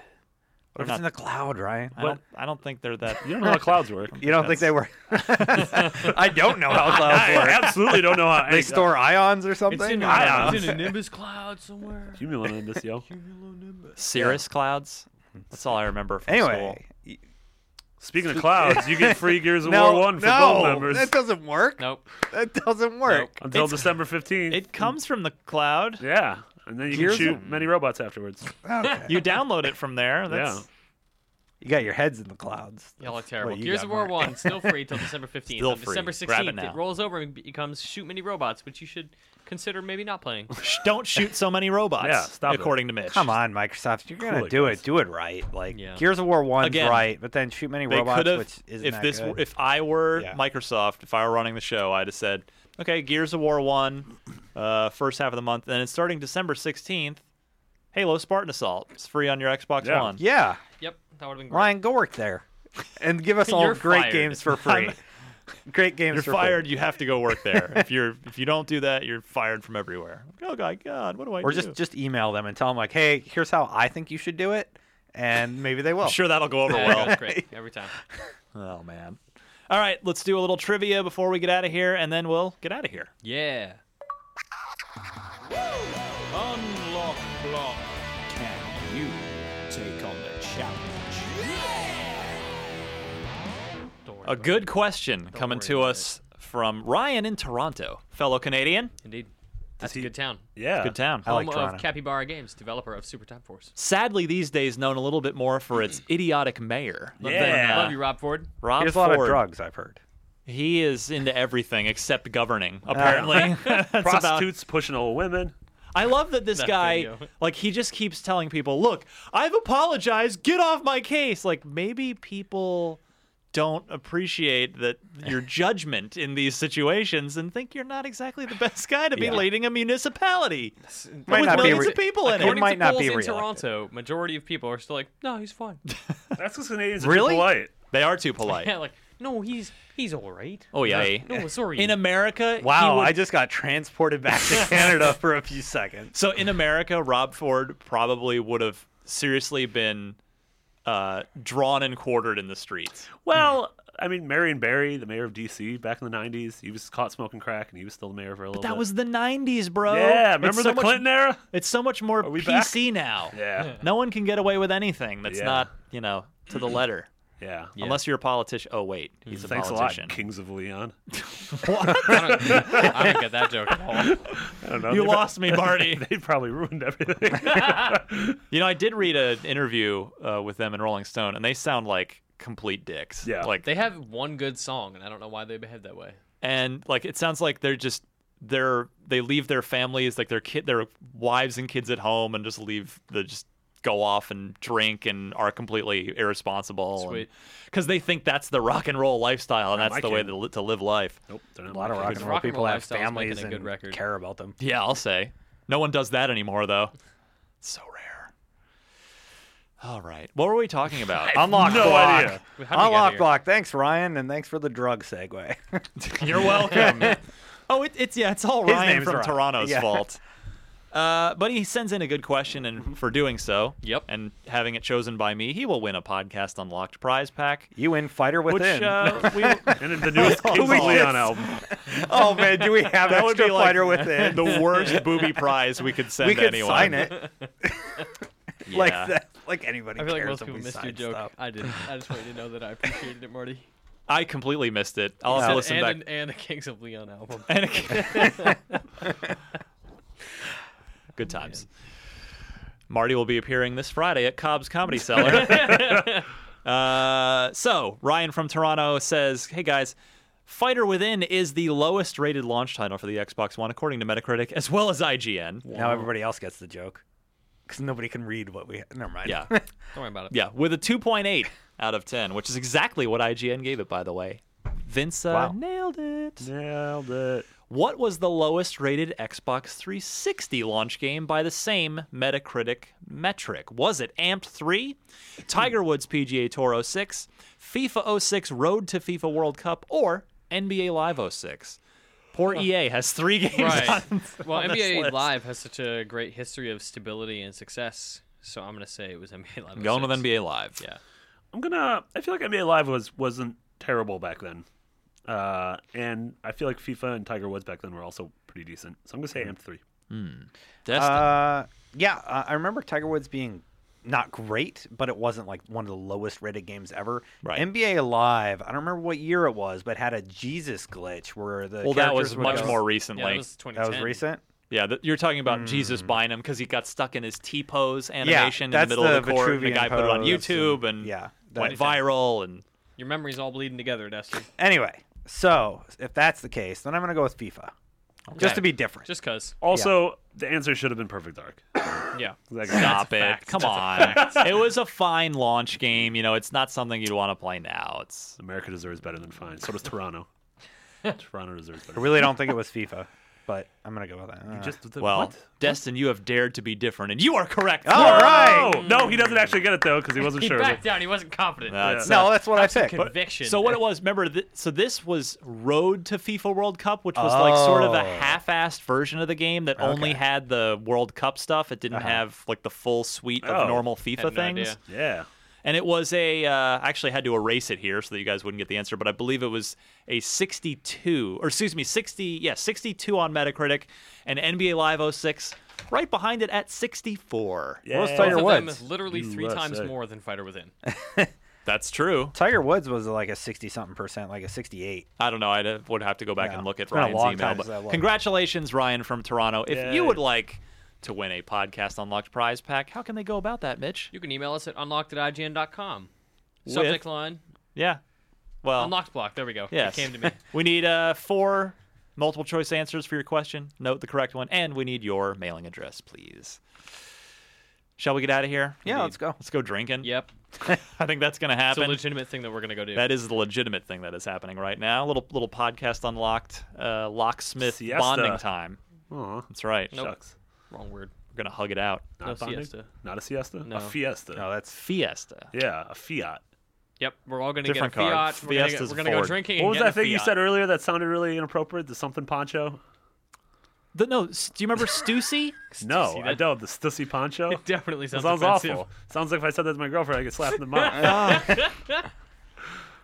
Speaker 6: What if
Speaker 3: Not-
Speaker 6: it's in the cloud, Ryan?
Speaker 3: I don't, I don't think they're that.
Speaker 4: you don't know how clouds work.
Speaker 6: You don't think they were? I don't know how
Speaker 4: I
Speaker 6: clouds work.
Speaker 4: absolutely don't know how uh,
Speaker 6: They store ions or something.
Speaker 5: It's in,
Speaker 6: I don't
Speaker 5: a,
Speaker 6: know.
Speaker 5: it's in a Nimbus cloud somewhere.
Speaker 4: Cumulonimbus, yo.
Speaker 3: cirrus clouds. That's all I remember from school.
Speaker 6: Anyway,
Speaker 4: Speaking of clouds, you get free Gears of
Speaker 6: no,
Speaker 4: War One for
Speaker 6: no,
Speaker 4: gold members
Speaker 6: that doesn't work.
Speaker 5: Nope.
Speaker 6: That doesn't work.
Speaker 4: until December fifteenth.
Speaker 3: It comes from the cloud.
Speaker 4: yeah, and then you
Speaker 6: Gears of-
Speaker 4: can shoot many robots afterwards.
Speaker 6: Okay.
Speaker 3: You download it from there. Oh, That's,
Speaker 4: Yeah.
Speaker 6: You got your heads in the clouds.
Speaker 5: Y'all are
Speaker 6: That's
Speaker 5: terrible.
Speaker 6: what you
Speaker 5: Gears
Speaker 6: got,
Speaker 5: of War
Speaker 6: Mark.
Speaker 5: One still free till December fifteenth.
Speaker 3: Still
Speaker 5: On
Speaker 3: free. Grab
Speaker 5: December
Speaker 3: it
Speaker 5: sixteenth,
Speaker 3: now.
Speaker 5: it rolls over and becomes Shoot Many Robots, which you should consider maybe not playing.
Speaker 3: Sh- Don't shoot so many robots.
Speaker 4: Yeah, stop it.
Speaker 3: according to Mitch.
Speaker 6: Come on, Microsoft, you're gonna
Speaker 4: Cool,
Speaker 6: do
Speaker 4: guys.
Speaker 6: it. Do it right. Like
Speaker 5: Yeah.
Speaker 6: Gears of War One's
Speaker 3: Again,
Speaker 6: right, but then shoot many
Speaker 3: They could
Speaker 6: robots,
Speaker 3: have.
Speaker 6: which isn't
Speaker 3: If
Speaker 6: that
Speaker 3: this,
Speaker 6: good.
Speaker 3: if I were
Speaker 6: Yeah.
Speaker 3: Microsoft, if I were running the show, I'd have said, "Okay, Gears of War One, uh, first half of the month, and it's starting December sixteenth. Halo Spartan Assault. It's free on your Xbox
Speaker 4: Yeah.
Speaker 3: One.
Speaker 6: yeah,
Speaker 5: Yep, that would have been great.
Speaker 6: Ryan, go work there, and give us all
Speaker 5: You're
Speaker 6: great
Speaker 5: fired.
Speaker 6: games for free. great games.
Speaker 3: You're
Speaker 6: for
Speaker 3: fired.
Speaker 6: Free.
Speaker 3: You have to go work there. if you're if you don't do that, you're fired from everywhere. Oh my God, what do I
Speaker 6: Or
Speaker 3: do?
Speaker 6: just just email them and tell them like, hey, here's how I think you should do it, and maybe they will.
Speaker 3: I'm sure that'll go over
Speaker 5: Yeah,
Speaker 3: well.
Speaker 5: that's great every time.
Speaker 3: Oh man. All right, let's do a little trivia before we get out of here, and then we'll get out of here.
Speaker 5: Yeah.
Speaker 8: Unlock block.
Speaker 9: Can you take on the challenge?
Speaker 5: Don't worry
Speaker 3: A
Speaker 5: about
Speaker 3: good question coming
Speaker 5: worry
Speaker 3: to
Speaker 5: about
Speaker 3: us from Ryan in Toronto, fellow Canadian.
Speaker 5: it. Indeed. That's a good town.
Speaker 4: Yeah,
Speaker 3: Good town.
Speaker 6: I like
Speaker 5: Home
Speaker 6: Toronto.
Speaker 5: of Capybara Games, developer of Super Time Force.
Speaker 3: Sadly, these days known a little bit more for its idiotic mayor.
Speaker 4: Yeah.
Speaker 5: Love you, Rob Ford.
Speaker 3: Rob
Speaker 6: Here's a
Speaker 3: Ford.
Speaker 6: lot of drugs, I've heard.
Speaker 3: He is into everything except governing. Apparently, That's about-
Speaker 4: prostitutes pushing old women.
Speaker 3: I love that this
Speaker 5: That
Speaker 3: guy,
Speaker 5: video.
Speaker 3: like, he just keeps telling people, "Look, I've apologized. Get off my case." Like, maybe people don't appreciate that your judgment in these situations and think you're not exactly the best guy to be
Speaker 6: Yeah.
Speaker 3: leading a municipality
Speaker 6: Might
Speaker 3: with
Speaker 6: not be
Speaker 3: millions
Speaker 6: re-
Speaker 3: of people in it.
Speaker 6: According- might
Speaker 5: to
Speaker 6: not
Speaker 5: polls
Speaker 6: be
Speaker 5: in
Speaker 6: reelected.
Speaker 5: Toronto, majority of people are still like, no, he's fine.
Speaker 4: That's because Canadians are
Speaker 6: Really?
Speaker 4: too polite.
Speaker 3: They are too polite.
Speaker 5: yeah, like, no, he's he's all right.
Speaker 3: Oh yeah. eh?
Speaker 5: No, sorry.
Speaker 3: In America, he
Speaker 6: Wow,
Speaker 3: would-
Speaker 6: I just got transported back to Canada for a few seconds.
Speaker 3: so in America, Rob Ford probably would have seriously been uh, drawn and quartered in the streets.
Speaker 4: Well, I mean, Marion Barry, the mayor of D.C. back in the '90s, he was caught smoking crack, and he was still the mayor for a little.
Speaker 3: But that
Speaker 4: bit.
Speaker 3: was the '90s, bro.
Speaker 4: yeah.
Speaker 3: It's
Speaker 4: Remember
Speaker 3: so
Speaker 4: the
Speaker 3: much-
Speaker 4: Clinton era?
Speaker 3: It's so much more
Speaker 4: we back?
Speaker 3: PC now.
Speaker 4: Yeah,
Speaker 3: No one can get away with anything that's
Speaker 4: Yeah.
Speaker 3: not, you know, to the letter.
Speaker 4: yeah. Mm.
Speaker 3: Unless you're a politician. Oh wait, he's a
Speaker 4: Thanks a lot,
Speaker 3: politician.
Speaker 4: Kings of Leon.
Speaker 5: I don't, I don't get that joke at all.
Speaker 4: I don't know.
Speaker 3: You
Speaker 4: They-
Speaker 3: lost me, Marty.
Speaker 4: They probably ruined everything.
Speaker 3: you know, I did read an interview uh, with them in Rolling Stone, and they sound like complete dicks.
Speaker 5: Yeah.
Speaker 3: Like
Speaker 5: they have one good song, and I don't know why they behave that way.
Speaker 3: and like it sounds like they're just they're they leave their families like their kid their wives and kids at home and just leave the just go off and drink and are completely irresponsible
Speaker 5: Sweet.
Speaker 3: because they think that's the rock and roll lifestyle and
Speaker 4: Not
Speaker 3: that's the
Speaker 4: my
Speaker 3: way
Speaker 4: kid.
Speaker 3: to, li- to live life
Speaker 4: nope
Speaker 6: A lot of rock and roll people have families and care about them.
Speaker 3: yeah i'll say no one does that anymore though so rare all right what were we talking about
Speaker 6: Unlock block.
Speaker 3: How'd we get
Speaker 6: Unlock
Speaker 3: here?
Speaker 6: block. Thanks, Ryan, and thanks for the drug segue.
Speaker 3: You're welcome. oh, it, it's yeah, it's all
Speaker 6: His
Speaker 3: Ryan
Speaker 6: name's
Speaker 3: from
Speaker 6: Ryan.
Speaker 3: Toronto's
Speaker 6: Yeah.
Speaker 3: fault. Uh, but he sends in a good question,
Speaker 6: Mm-hmm.
Speaker 3: and for doing so, yep, and having it chosen by me, he will win a podcast unlocked prize pack.
Speaker 6: You win Fighter Within.
Speaker 3: which, uh, we,
Speaker 4: and the newest Kings of Leon album.
Speaker 6: Oh man, do we have
Speaker 3: that would
Speaker 6: extra
Speaker 3: be like
Speaker 6: Fighter Within?
Speaker 3: The worst booby prize we could send
Speaker 6: we
Speaker 3: to
Speaker 6: could
Speaker 3: anyone.
Speaker 6: sign it. Like
Speaker 3: Yeah.
Speaker 6: that. Like anybody
Speaker 5: I feel like
Speaker 6: cares
Speaker 5: most
Speaker 6: if
Speaker 5: people
Speaker 6: we
Speaker 5: missed your
Speaker 6: sign
Speaker 5: joke.
Speaker 6: stuff.
Speaker 5: I didn't. I just want you to know that I appreciated it, Marty.
Speaker 3: I completely missed it. I'll have
Speaker 5: and,
Speaker 3: to listen
Speaker 5: and,
Speaker 3: back.
Speaker 5: An, and a Kings of Leon album.
Speaker 3: And a- Good times. Marty will be appearing this Friday at Cobb's Comedy Cellar. uh, so, Ryan from Toronto says, Hey guys, Fighter Within is the lowest rated launch title for the Xbox One, according to Metacritic, as well as IGN.
Speaker 6: Now everybody else gets the joke because nobody can read what we. Never mind.
Speaker 3: Yeah.
Speaker 5: Don't worry about it.
Speaker 3: Yeah, with a 2.8 out of 10, which is exactly what IGN gave it, by the way. Vince uh,
Speaker 6: Wow.
Speaker 3: nailed it. Nailed it. What was the lowest rated Xbox 360 launch game by the same Metacritic metric? Was it Amped 3, Tiger Woods PGA Tour 06, FIFA 06 Road to FIFA World Cup, or NBA Live 06? Poor EA has three games.
Speaker 5: Right.
Speaker 3: on-
Speaker 5: well,
Speaker 3: on this
Speaker 5: NBA
Speaker 3: list.
Speaker 5: Live has such a great history of stability and success, so I'm gonna say it was NBA Live.
Speaker 3: I'm going with NBA Live.
Speaker 5: Yeah.
Speaker 4: I'm gonna. I feel like NBA Live was wasn't terrible back then, uh, and I feel like FIFA and Tiger Woods back then were also pretty decent. So I'm gonna say Amp three.
Speaker 6: Uh, yeah, uh, I remember Tiger Woods being not great, but it wasn't like one of the lowest rated games ever.
Speaker 3: Right.
Speaker 6: NBA Live, I don't remember what year it was, but had a Jesus glitch where the
Speaker 3: Well, that
Speaker 6: characters
Speaker 3: was
Speaker 6: would
Speaker 3: much
Speaker 6: go-
Speaker 3: more recently.
Speaker 6: That was Hmm. recent.
Speaker 3: Yeah, th- you're talking about Jesus buying him because he got stuck in his T pose animation in
Speaker 6: that's
Speaker 3: the middle of
Speaker 6: the
Speaker 3: the court. and the
Speaker 6: Vitruvian
Speaker 3: guy put it on
Speaker 6: pose
Speaker 3: YouTube and,
Speaker 6: yeah,
Speaker 3: went
Speaker 6: that-
Speaker 3: viral. And
Speaker 5: Your memories all bleeding together, Dusty.
Speaker 6: Anyway, so if that's the case, then I'm gonna go with FIFA, just
Speaker 5: Okay.
Speaker 6: to be different.
Speaker 5: Just cause.
Speaker 4: Also, the answer should have been Perfect Dark.
Speaker 5: Yeah.
Speaker 4: Like,
Speaker 3: stop
Speaker 4: that's a
Speaker 3: it!
Speaker 4: fact.
Speaker 3: Come
Speaker 4: That's a
Speaker 3: on,
Speaker 4: fact.
Speaker 3: it was a fine launch game. You know, it's not something you'd want to play now. It's
Speaker 4: America deserves better than fine. So does Toronto. Toronto deserves better.
Speaker 6: I really don't think it was FIFA, but I'm gonna go with that. Uh,
Speaker 4: just-
Speaker 3: well,
Speaker 4: what?
Speaker 3: Destin, you have dared to be different, and you are correct.
Speaker 6: All right.
Speaker 4: Oh no, he doesn't actually get it though because he wasn't
Speaker 5: He
Speaker 4: sure.
Speaker 5: backed down. He wasn't confident.
Speaker 3: No, it's
Speaker 6: no,
Speaker 3: not-
Speaker 6: that's what I
Speaker 5: Some
Speaker 6: picked.
Speaker 3: But-
Speaker 5: conviction.
Speaker 3: So what it was, remember? Th- so this was Road to FIFA World Cup, which was like sort of a
Speaker 6: Oh.
Speaker 3: half-assed version of the game that only
Speaker 6: Okay.
Speaker 3: had the World Cup stuff. It didn't
Speaker 6: Uh-huh.
Speaker 3: have like the full suite of
Speaker 4: Oh.
Speaker 3: normal FIFA
Speaker 5: Had no
Speaker 3: things.
Speaker 5: idea.
Speaker 4: Yeah.
Speaker 3: And it was a. Uh, I actually had to erase it here so that you guys wouldn't get the answer, but I believe it was a 62, or excuse me, 60. Yeah, 62 on Metacritic, and NBA Live 06 right behind it at 64.
Speaker 4: Yeah.
Speaker 6: What was
Speaker 5: Both
Speaker 6: Tiger
Speaker 5: of
Speaker 6: Woods?
Speaker 5: them literally three
Speaker 4: USA.
Speaker 5: times more than Fighter Within.
Speaker 3: That's true.
Speaker 6: Tiger Woods was like a 60 something percent, like a 68.
Speaker 3: I don't know. I would have to go back
Speaker 6: Yeah.
Speaker 3: and look at
Speaker 6: It's been a
Speaker 3: Ryan's
Speaker 6: long
Speaker 3: email.
Speaker 6: time since I
Speaker 3: But
Speaker 6: looked.
Speaker 3: congratulations, Ryan from Toronto. If
Speaker 4: Yay.
Speaker 3: you would like to win a podcast unlocked prize pack, how can they go about that, Mitch?
Speaker 5: You can email us at unlocked at IGN.com. Subject line
Speaker 3: Yeah. Well,
Speaker 5: Unlocked block. There we go.
Speaker 3: Oh. yes.
Speaker 5: It came to me.
Speaker 3: we need uh, four multiple choice answers for your question. Note the correct one, and we need your mailing address, please. Shall we get out of here? We
Speaker 6: Yeah,
Speaker 3: need-
Speaker 6: let's go.
Speaker 3: Let's go drinking.
Speaker 5: Yep.
Speaker 3: I think that's gonna
Speaker 5: It's a
Speaker 3: happen.
Speaker 5: legitimate thing that we're gonna go do.
Speaker 3: That is the legitimate thing that is happening right now. Little little podcast unlocked, uh, locksmith
Speaker 4: Siesta.
Speaker 3: bonding time.
Speaker 4: Aw,
Speaker 3: That's right.
Speaker 5: Nope.
Speaker 4: Sucks.
Speaker 5: Wrong word.
Speaker 3: We're gonna hug it out.
Speaker 4: Not
Speaker 5: No
Speaker 4: a bonding?
Speaker 5: siesta.
Speaker 4: Not a siesta.
Speaker 5: No.
Speaker 4: A fiesta.
Speaker 6: No, that's
Speaker 3: Fiesta.
Speaker 4: Yeah, a fiat.
Speaker 5: Yep. We're all gonna
Speaker 3: Different
Speaker 5: get a
Speaker 3: car.
Speaker 5: Fiat. We're gonna, get,
Speaker 3: Fiesta's
Speaker 5: we're gonna go
Speaker 3: Ford.
Speaker 5: drinking. and
Speaker 4: What was
Speaker 5: get
Speaker 4: that
Speaker 5: a
Speaker 4: thing you
Speaker 5: Fiat.
Speaker 4: said earlier that sounded really inappropriate? The something poncho?
Speaker 3: The, no, s- do you remember Stussy?
Speaker 4: No,
Speaker 5: Stussy,
Speaker 4: I
Speaker 5: that-
Speaker 4: don't. The stussy poncho?
Speaker 5: It definitely
Speaker 4: That
Speaker 5: sounds,
Speaker 4: sounds
Speaker 5: offensive.
Speaker 4: awful. Sounds like if I said that to my girlfriend, I get slapped in the mouth.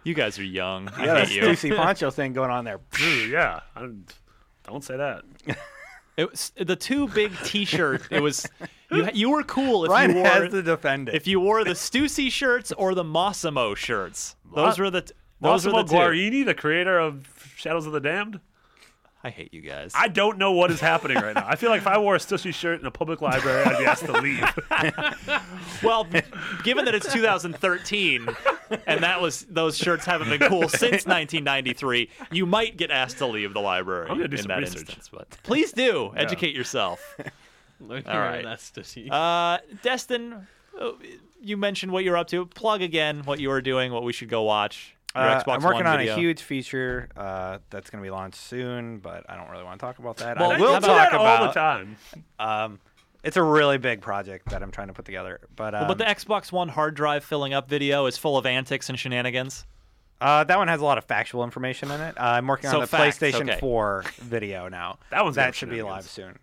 Speaker 3: You guys are young.
Speaker 6: Yeah,
Speaker 3: I
Speaker 6: that
Speaker 3: hate you.
Speaker 6: Stussy Poncho thing going on there.
Speaker 4: Ooh, yeah, I don't, don't say that.
Speaker 3: It was, the two big T-shirt. It was you. You were cool if
Speaker 6: Ryan
Speaker 3: you wore
Speaker 6: has to defend it.
Speaker 3: if you wore the Stussy shirts or the Mossimo shirts. Those
Speaker 4: Mo-
Speaker 3: were the t- those
Speaker 4: Massimo
Speaker 3: were the two.
Speaker 4: Guarini, the creator of Shadows of the Damned.
Speaker 3: I hate you guys.
Speaker 4: I don't know what is happening right now. I feel like if I wore a Stussy shirt in a public library, I'd be asked to leave.
Speaker 3: well, given that it's 2013 and that was those shirts haven't been cool since 1993, you might get asked to leave the library
Speaker 4: I'm gonna do
Speaker 3: in
Speaker 4: some
Speaker 3: that
Speaker 4: research.
Speaker 3: instance. But please do
Speaker 4: Yeah.
Speaker 3: educate yourself.
Speaker 5: Learn
Speaker 3: All
Speaker 5: your
Speaker 3: right.
Speaker 5: elasticity.
Speaker 3: Uh, Destin, uh, you mentioned what you're up to. Plug again what you are doing, what we should go watch. Your
Speaker 6: Uh,
Speaker 3: Xbox
Speaker 6: I'm working
Speaker 3: One
Speaker 6: on
Speaker 3: video.
Speaker 6: a huge feature uh, that's going to be launched soon, but I don't really want to talk about that.
Speaker 3: Well,
Speaker 6: I
Speaker 3: we'll
Speaker 6: will
Speaker 3: do
Speaker 6: talk
Speaker 3: that all
Speaker 6: about
Speaker 3: the time.
Speaker 6: Um, it's a really big project that I'm trying to put together, but um,
Speaker 3: Well, but the Xbox One hard drive filling up video is full of antics and shenanigans.
Speaker 6: Uh, that one has a lot of factual information in it. Uh, I'm working
Speaker 3: So
Speaker 6: on the
Speaker 3: facts,
Speaker 6: PlayStation
Speaker 3: okay.
Speaker 6: 4 video now.
Speaker 3: That one's
Speaker 6: that
Speaker 3: got
Speaker 6: should be
Speaker 3: shenanigans.
Speaker 6: live soon.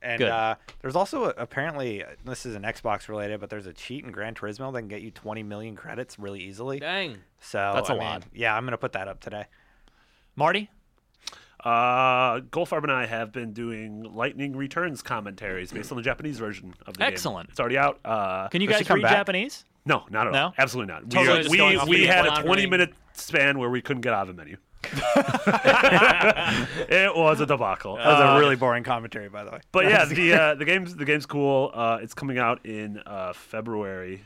Speaker 6: And
Speaker 3: Good.
Speaker 6: uh, there's also a, apparently this is an Xbox related, but there's a cheat in Gran Turismo that can get you 20 million credits really easily.
Speaker 5: Dang.
Speaker 6: So
Speaker 3: That's a
Speaker 6: a
Speaker 3: lot.
Speaker 6: Yeah, I'm gonna put that up today.
Speaker 3: Marty?
Speaker 4: Uh, Goldfarb and I have been doing Lightning Returns commentaries based on the Japanese version of the game.
Speaker 3: Excellent.
Speaker 4: It's already out. Uh,
Speaker 3: Can you guys read Japanese?
Speaker 4: No, not at all.
Speaker 3: No?
Speaker 4: Absolutely not. We
Speaker 3: Totally
Speaker 4: are-
Speaker 3: just
Speaker 4: we
Speaker 3: going off
Speaker 4: we
Speaker 3: the
Speaker 4: had a
Speaker 3: floundering.
Speaker 4: 20 minute span where we couldn't get out of the menu. it was a debacle.
Speaker 6: That was
Speaker 4: Uh,
Speaker 6: a really boring commentary, by the way.
Speaker 4: But yeah, the uh, the game's the game's cool. Uh, it's coming out in uh, February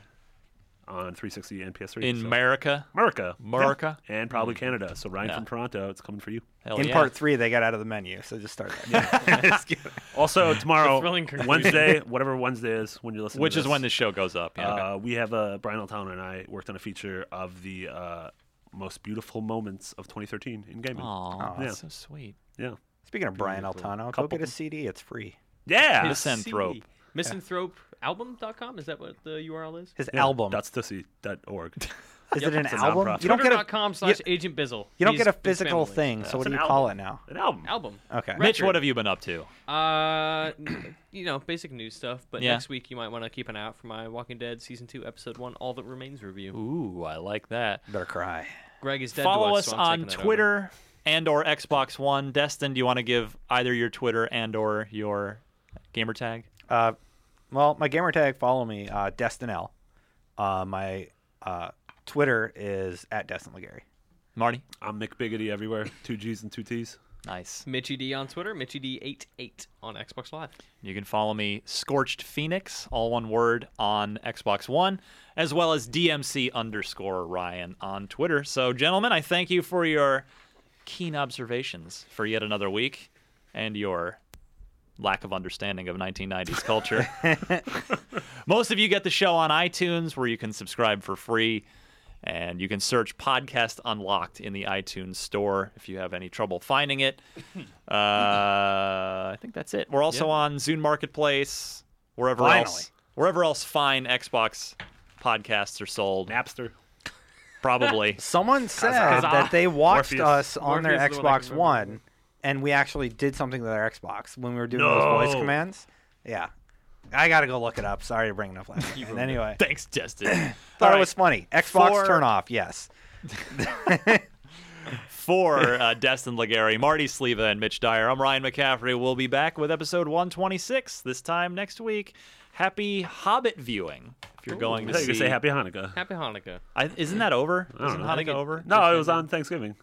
Speaker 4: on 360 and PS3
Speaker 3: In
Speaker 4: so-
Speaker 3: America?
Speaker 4: America, yeah.
Speaker 3: America? Hmm.
Speaker 4: and probably Canada. So Ryan
Speaker 3: Yeah.
Speaker 4: from Toronto, it's coming for you.
Speaker 6: in part three, they got out of the menu, so just start. That.
Speaker 4: also tomorrow,
Speaker 6: The thrilling conclusion.
Speaker 4: Wednesday, whatever Wednesday is when you're listening,
Speaker 3: Which
Speaker 4: to
Speaker 3: is
Speaker 4: this,
Speaker 3: when the show goes up, yeah,
Speaker 4: uh, we have uh, Brian O'Town and I worked on a feature of the uh, most beautiful moments of 2013 in gaming.
Speaker 3: Aw,
Speaker 4: yeah.
Speaker 3: that's so sweet.
Speaker 4: Yeah.
Speaker 6: Speaking of Brian
Speaker 4: Beautiful.
Speaker 6: Altano, go
Speaker 4: Couple-
Speaker 6: get a CD. It's free.
Speaker 4: Yeah.
Speaker 5: Misanthrope. Misanthropealbum.com? Is that what the URL is?
Speaker 6: His album.
Speaker 4: That's tussy.org.
Speaker 6: Is it an album?
Speaker 4: You don't get a
Speaker 5: Twitter.com slash Agent Bizzle.
Speaker 6: You don't
Speaker 5: He's
Speaker 6: get a
Speaker 5: been
Speaker 6: physical
Speaker 5: family.
Speaker 6: thing,
Speaker 5: Yeah.
Speaker 6: so what do you call it now?
Speaker 4: An album.
Speaker 5: Album.
Speaker 6: Okay.
Speaker 3: Mitch, what
Speaker 5: Record.
Speaker 3: have you been up to?
Speaker 5: Uh, n- you know, basic news stuff. But
Speaker 3: Yeah.
Speaker 5: next week, you might want to keep an eye out for my Walking Dead season two, episode one, All That Remains review.
Speaker 3: Ooh, I like that.
Speaker 6: Better cry.
Speaker 5: Greg is dead.
Speaker 3: Follow
Speaker 5: to us,
Speaker 3: us
Speaker 5: so I'm
Speaker 3: on
Speaker 5: taking that
Speaker 3: Twitter and or Xbox One. Destin, do you want to give either your Twitter and or your gamer tag?
Speaker 6: Uh, well, my gamer tag, follow me, uh, DestinL. Uh, my uh, Twitter is at Destin Legary.
Speaker 3: Marty?
Speaker 4: I'm Mick Biggity everywhere. Two G's and two T's.
Speaker 3: Nice.
Speaker 5: over. Mitchy D on Twitter, Mitchy D88 on Xbox Live.
Speaker 3: You can follow me, Scorched Phoenix, all one word, on Xbox One, as well as DMC underscore Ryan on Twitter. So, gentlemen, I thank you for your keen observations for yet another week and your lack of understanding of 1990s culture. Most of you get the show on iTunes, where you can subscribe for free. And you can search Podcast Unlocked in the iTunes store if you have any trouble finding it. Uh, I think that's it. We're also
Speaker 10: Yeah.
Speaker 3: on Zune Marketplace, wherever
Speaker 10: Finally.
Speaker 3: else, wherever else fine Xbox podcasts are sold.
Speaker 4: Napster,
Speaker 3: probably.
Speaker 6: Someone said
Speaker 3: Kazaa.
Speaker 6: that they watched us
Speaker 3: Morpheus.
Speaker 6: on their
Speaker 3: Morpheus is the one I can
Speaker 6: Xbox
Speaker 3: remember.
Speaker 6: One, and we actually did something to their Xbox when we were doing
Speaker 3: No.
Speaker 6: those voice commands. Yeah. I got to go look it up. Sorry to bring it up last night. And Anyway.
Speaker 3: Thanks, Justin.
Speaker 6: Thought
Speaker 3: All
Speaker 6: it was
Speaker 3: right.
Speaker 6: funny. Xbox
Speaker 3: For-
Speaker 6: turn off, yes.
Speaker 3: For uh, Destin Legary, Marty Sleva, and Mitch Dyer, I'm Ryan McCaffrey. We'll be back with episode 126 this time next week. Happy Hobbit viewing if you're going to
Speaker 4: I thought you were
Speaker 3: see.
Speaker 4: gonna say Happy Hanukkah.
Speaker 5: Happy Hanukkah.
Speaker 3: I, isn't that over?
Speaker 4: I don't
Speaker 3: Isn't
Speaker 4: know.
Speaker 3: Hanukkah over?
Speaker 4: No, it was on Thanksgiving.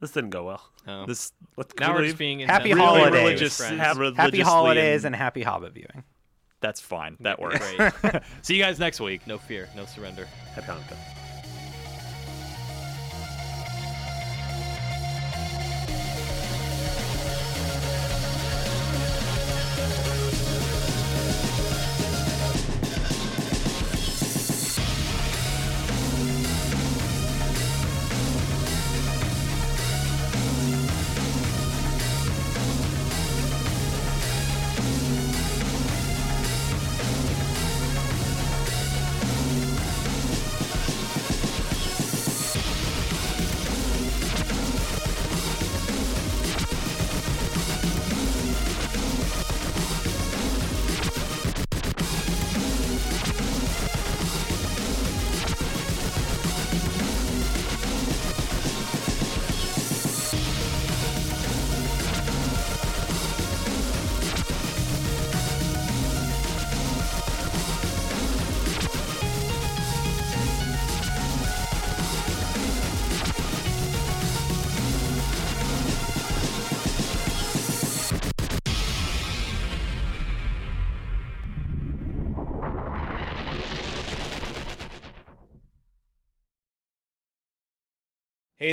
Speaker 4: This didn't go well.
Speaker 3: This
Speaker 4: let's
Speaker 5: Oh. Now we're just
Speaker 4: leave.
Speaker 5: being
Speaker 6: Happy
Speaker 5: Really
Speaker 6: holidays.
Speaker 5: religious-
Speaker 3: religiously
Speaker 6: happy holidays
Speaker 3: and-
Speaker 6: and happy Hobbit viewing.
Speaker 3: That's fine. That works.
Speaker 5: Great.
Speaker 3: See you guys next week.
Speaker 5: No fear, no surrender.
Speaker 4: Happy Hanukkah.
Speaker 3: Hey